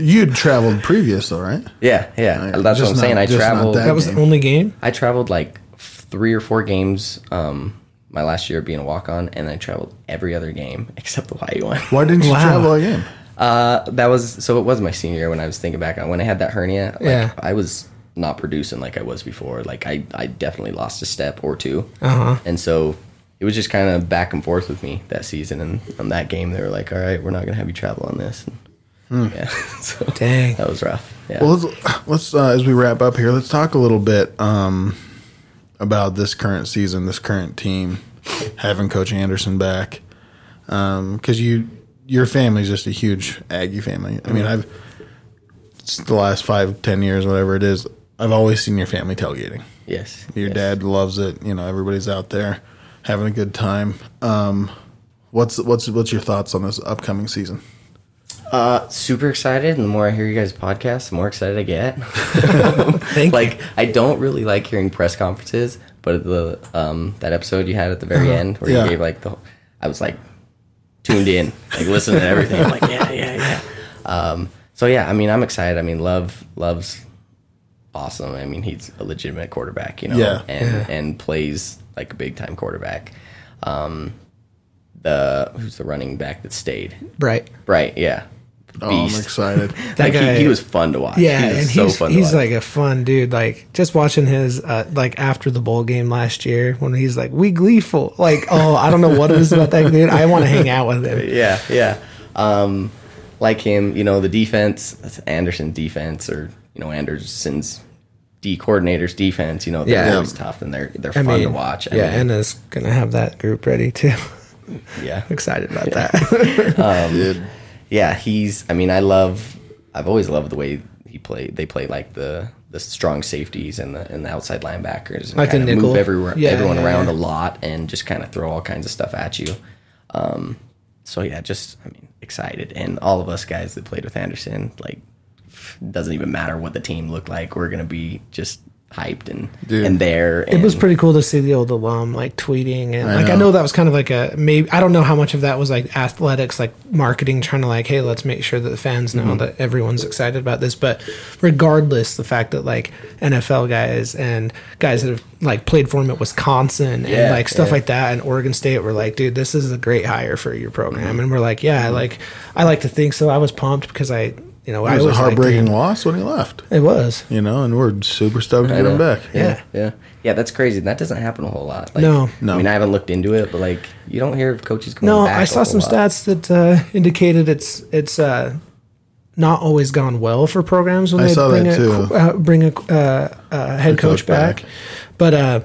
You'd traveled previous though, right? yeah, yeah. Right. That's what I'm Just not- saying. I just not traveled. that that was the game. only game? I traveled like three or four games. Um, my last year being a walk on, and I traveled every other game except the Hawaii one. Why didn't you Wow. travel again? that was so it was my senior year when I was thinking back on when I had that hernia. Like, Yeah. I was not producing like I was before. Like I, I definitely lost a step or 2 And so it was just kind of back and forth with me that season. And on that game, they were like, "All right, we're not gonna have you travel on this." And, Yeah, so Dang. that was rough. Yeah, Well, let's, let's uh, as we wrap up here, let's talk a little bit um, about this current season, this current team, having Coach Anderson back, because Um, you your family's just a huge Aggie family. I mean, I've it's the last five, ten years, whatever it is, I've always seen your family tailgating. Yes. Your yes. dad loves it. You know, everybody's out there having a good time. Um, what's what's what's your thoughts on this upcoming season? Super excited, and the more I hear you guys' podcast, the more excited I get. Thank like I don't really like hearing press conferences, but the um that episode you had at the very end where Uh-huh. Yeah. you gave like the, I was like tuned in, like listening to everything. I'm like yeah, yeah, yeah. Um, so yeah, I mean I'm excited. I mean Love loves awesome. I mean he's a legitimate quarterback, you know, Yeah. and and plays like a big time quarterback. Um, the who's the running back that stayed? Bright. Right, yeah. Oh, I'm Beast. excited. That like guy- he, he was fun to watch. Yeah, he was and so he's fun. to he's watch. like a fun dude. Like just watching his uh, like after the bowl game last year when he's like we gleeful. Like oh I don't know what it is about that dude. I want to hang out with him. yeah, yeah. Um, like him, you know, the defense, that's Anderson defense, or you know, Anderson's D coordinator's defense. You know, they're Yeah. always tough and they're they're I fun to watch. I yeah, mean, Anna's gonna have that group ready too. yeah, Excited about that. Dude. yeah. He's. I mean, I love. I've always loved the way he play. They play like the the strong safeties and the and the outside linebackers. And Like a kinda nickel. move everywhere, Yeah, everyone yeah, around yeah. a lot and just kind of throw all kinds of stuff at you. Um, so yeah, just I mean, excited, and all of us guys that played with Anderson, like, doesn't even matter what the team looked like, we're gonna be just hyped and Dude. and there. And it was pretty cool to see the old alum like tweeting and like I know. know that was kind of like a maybe I don't know how much of that was like athletics like marketing trying to like hey let's make sure that the fans Mm-hmm. know that everyone's excited about this but regardless the fact that like NFL guys and guys that have like played for him at Wisconsin and Yeah, like stuff yeah. like that and Oregon State were like dude this is a great hire for your program Mm-hmm. and we're like yeah I like I like to think so I was pumped because I you know I It was a always liked heartbreaking him. loss when he left. it was You know, and we're super stoked to get him back. yeah. yeah, yeah. That's crazy. That doesn't happen a whole lot. Like, No. No. I mean, I haven't looked into it, but like, you don't hear of coaches going. No, back I a saw whole some lot. stats that uh, indicated it's it's uh, not always gone well for programs when I they saw bring that a too. qu- uh, bring a uh, uh, head coach, coach back. back. But uh,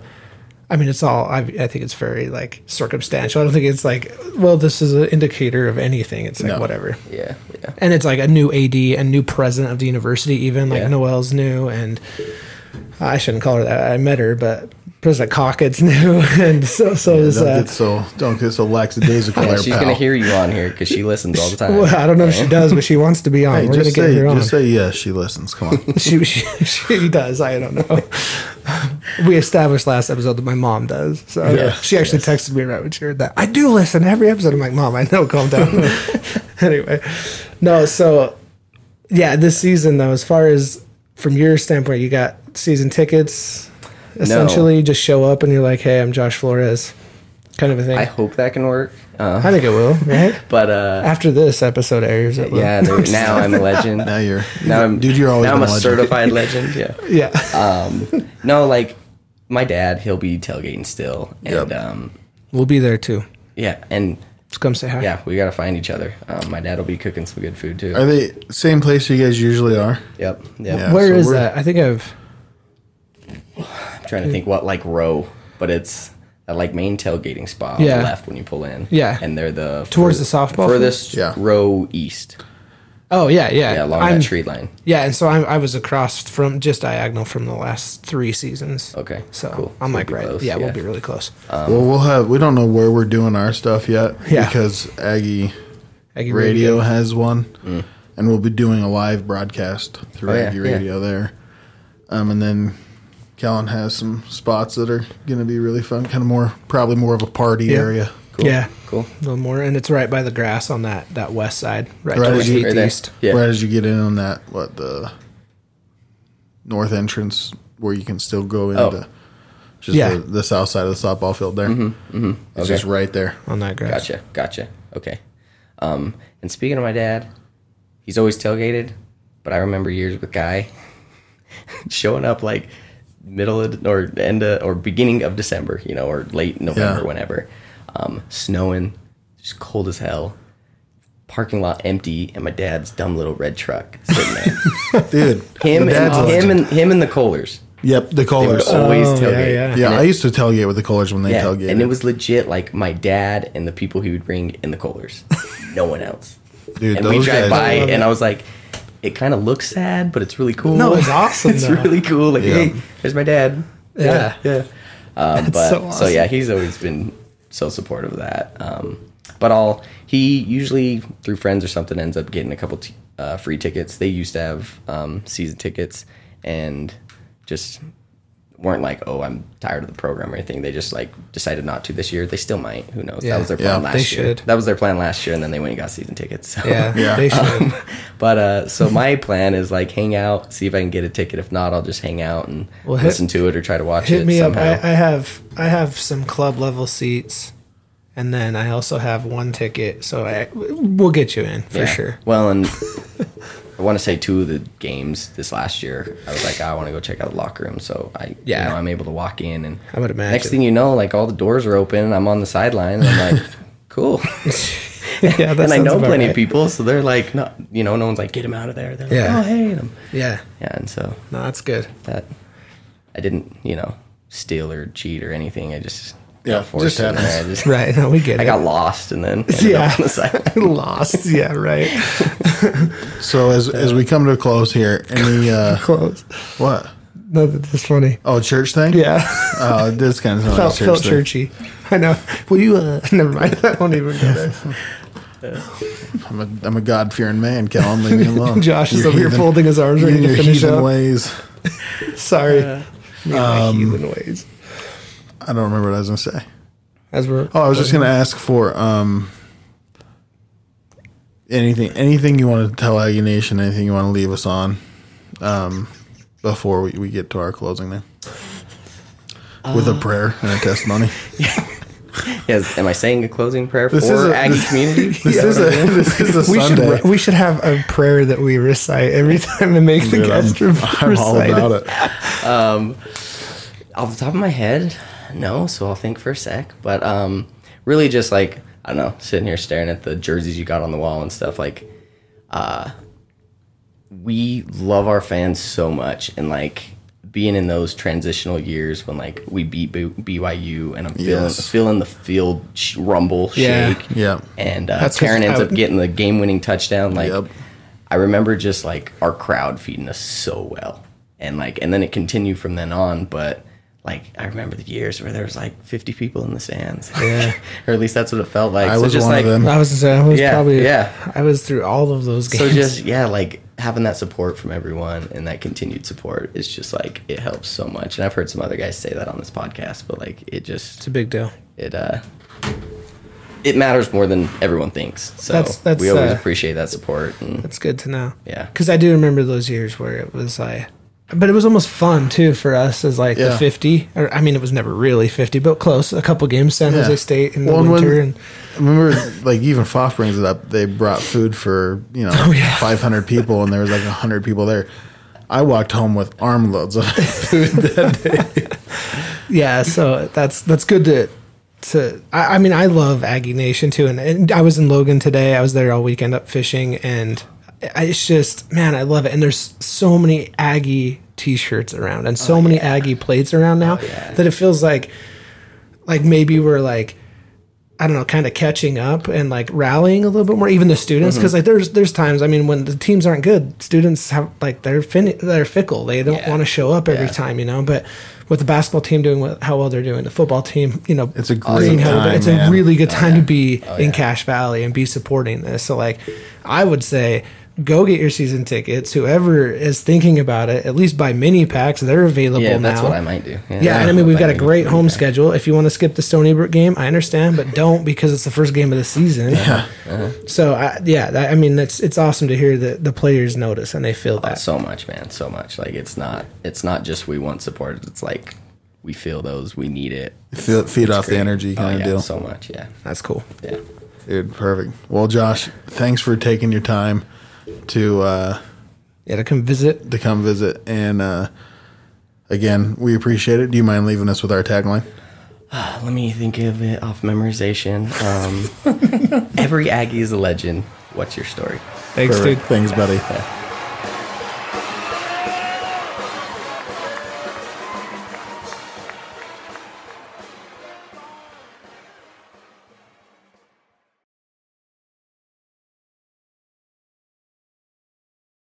I mean, it's all I, I think it's very like circumstantial. I don't think it's like well, this is an indicator of anything. It's like No. whatever. Yeah, yeah. And it's like a new AD and new president of the university, even like Yeah. Noelle's new, and I shouldn't call her that. I met her, but President Cockett's new, and so so is Don't uh, get so don't get so lackadaisical Yeah, there, she's pal. gonna hear you on here because she listens all the time. Well, I don't know if she does, but she wants to be on. Hey, We're gonna just get say, her on. just say yes. She listens. Come on. she, she she does. I don't know. we established last episode that my mom does. So Yes, she actually texted me right when she heard that. I do listen to every episode. I'm like, Mom, I know. Calm down. anyway, no. So yeah, this season though, as far as from your standpoint, you got season tickets. Essentially, you just show up and you're like, "Hey, I'm Josh Flores," kind of a thing. I I, hope that can work. Uh, think it will, right? but uh, After this episode airs, it will. Yeah, there- now I'm a legend. Now you're, now I'm dude. You're always now I'm been a legend. certified legend. Yeah. yeah. Uh, No, like my dad, he'll be tailgating still, and Yep. um, We'll be there too. yeah, and Just come say hi. yeah, we gotta find each other. Um, my dad will be cooking some good food too. Are they same place you guys usually are? yep, yep. Yeah. Where is so we're- that? I think I've. I'm trying to think what like row, but it's that like main tailgating spot on Yeah. the left when you pull in. Yeah. and they're the Towards furth- the softball field? furthest Yeah. row east. Oh yeah, yeah. Yeah, along I'm- that tree line. Yeah, and so I'm, I was across from just diagonal from the last three seasons. Okay, So Oh, cool. I'm We'll like be right. close, yeah, we'll yeah. Uh, be really close. Um, well, we'll have. We don't know where we're doing our stuff yet Yeah. because Aggie Aggie Radio has one, and we'll be doing a live broadcast through Mm. Oh, yeah, Aggie yeah. Radio there. Um, and then Callan has some spots that are going to be really fun. Kind of more, probably more of a party area. Yeah, Cool. a little more, and it's right by the grass on that that west side, right, Right towards as you- the Right there. east. Yeah. Right as you get in on that, what the north entrance where you can still go Oh. into just Yeah. the, the south side of the softball field there. It's Mm-hmm, Okay. just right there. on that grass. Gotcha. Gotcha. Okay. Um, and speaking of my dad, he's always tailgated, but I remember years with Guy showing up like middle of or end of, or beginning of December, you know, or late November, Yeah. whenever. Um, snowing, just cold as hell. Parking lot empty, and my dad's dumb little red truck sitting there. Dude, him, the dad's a and, him, legend. and him and the Kohlers. Yep, the They would Colors. always Oh, yeah, tailgate. yeah. yeah, And I it- used to tailgate with the Colors when they yeah, tailgated. and it was legit like my dad and the people he would bring in the Kohlers. no one else. dude, And we drive by, I love and it. I was like, it kind of looks sad, but it's really cool. No, it's awesome, it's though. really cool. Like, Yeah. hey, there's my dad. Yeah. yeah. Um, but so so, awesome. yeah, he's always been so supportive of that. Um, but all he usually through friends or something ends up getting a couple t- uh, free tickets. They used to have um, season tickets and just weren't like, oh, I'm tired of the program or anything. They just like decided not to this year. They still might. Who knows? Yeah. That was their Yeah. plan last They year. should. That was their plan last year, and then they went and got season tickets. So. Yeah, Yeah. they should. Um, But uh, so my plan is like hang out, see if I can get a ticket. If not, I'll just hang out and Well, hit- listen to it or try to watch Hit it me somehow. up. I, I have I have some club level seats, and then I also have one ticket. So I we'll get you in for Yeah. sure. Well, and I want to say two of the games this last year, I was like, "Ah, I want to go check out the locker room. So I, yeah, Yeah. you know, I'm able to walk in, and I would imagine. Next thing you know, like all the doors are open, and I'm on the sideline. And I'm like, cool. yeah, that and I sounds know about plenty right. of people, so they're like, no, you know, no one's like, get him out of there. They're like, Yeah. oh, hey, and I'm- Yeah, yeah, and so no, that's good. that I didn't, you know, steal or cheat or anything. I just Yeah, got forced just in there. happens. I just- Right, no, we get I it. got lost and then ended Yeah. up on the side. lost. Yeah, right. so as as we come to a close here, any uh, Close. what? No, that's funny. Oh, church thing? Yeah. Oh, this kind of sounds felt, like a church felt thing. churchy. I know. Will you? Uh, never mind. I won't even go there. I'm a, I'm a God fearing man, Kellen. Leave me alone. Josh is Your over here heathen- folding his arms, ready your to finish heathen up. ways. Sorry. Me and Um, my heathen ways. I don't remember what I was gonna say. As we're Oh, I was just gonna ask for um anything anything you want to tell Aggie Nation, anything you want to leave us on um before we, we get to our closing there. With Uh, a prayer and a testimony. Yes, am I saying a closing prayer This is for a- Aggie this- community? This is a this is a we Sunday. should we should have a prayer that we recite every time and make the Dude, I'm, guest re- I'm all recite about it. it. off the top of my head, no. So I'll think for a sec. But um, really, just like I don't know, sitting here staring at the jerseys you got on the wall and stuff. Like, uh, we love our fans so much, and like being in those transitional years when like we beat B- BYU, and I'm feeling Yes. feeling the field sh- rumble, Yeah. shake, Yeah. and uh, That's 'cause Taryn ends I- up getting the game-winning touchdown. Like, Yep. I remember just like our crowd feeding us so well, and like, and then it continued from then on. But like, I remember the years where there was like 50 people in the stands, yeah, or at least that's what it felt like. I was just one like, of them. I was gonna say, I was Yeah, probably yeah. I was through all of those games. So just yeah, like having that support from everyone and that continued support is just like it helps so much. And I've heard some other guys say that on this podcast, but like it it's just a big deal. it uh it matters more than everyone thinks. So That's- that's, we always uh, appreciate that support. And That's good to know. Yeah. because I do remember those years where it was like, but it was almost fun too for us as like the Yeah. fifty. Or I mean, it was never really fifty, but close. A couple games, San Yeah. Jose State in the Well, and when- winter, and remember like even Foff brings it up. They brought food for you know Oh, yeah. 500 people, and there was like 100 people there. I walked home with armloads of food. yeah so that's that's good to to I, I mean i love aggie nation too and, and i was in logan today i was there all weekend up fishing and I, it's just man i love it and there's so many aggie t-shirts around and so many aggie plates around now Oh, yeah. that it feels like like maybe we're like I don't know, kind of catching up and like rallying a little bit more, even the students, Mm-hmm. because like there's there's times I mean when the teams aren't good, students have like they're fin- they're fickle, they don't Yeah. want to show up every Yeah. time, you know. But with the basketball team doing what, how well they're doing, the football team, you know, It's a being great how- time, it's man. Oh, a really good time to be in Cache Valley and be supporting this. So like, I would say go get your season tickets. Whoever is thinking about it, at least buy mini packs, they're available yeah, now. that's what I might do. Yeah, Yeah, and I mean we've got a Like, great home yeah. schedule. If you want to skip the Stony Brook game, I understand, but don't because it's the first game of the season. Yeah. Uh-huh. So I, yeah, that, I mean that's it's awesome to hear that the players notice and they feel that. so much man so much like it's not it's not just we want support it's like we feel those we need it Feel- feed off the energy oh, kind of yeah, deal. so much yeah that's cool. yeah Dude, perfect. Well, Josh, thanks for taking your time to uh, Yeah, to come visit. to come visit, and uh, again, we appreciate it. Do you mind leaving us with our tagline? Uh, let me think of it off memorization um, every aggie is a legend what's your story Thanks, Perfect. Thanks, buddy. Yeah.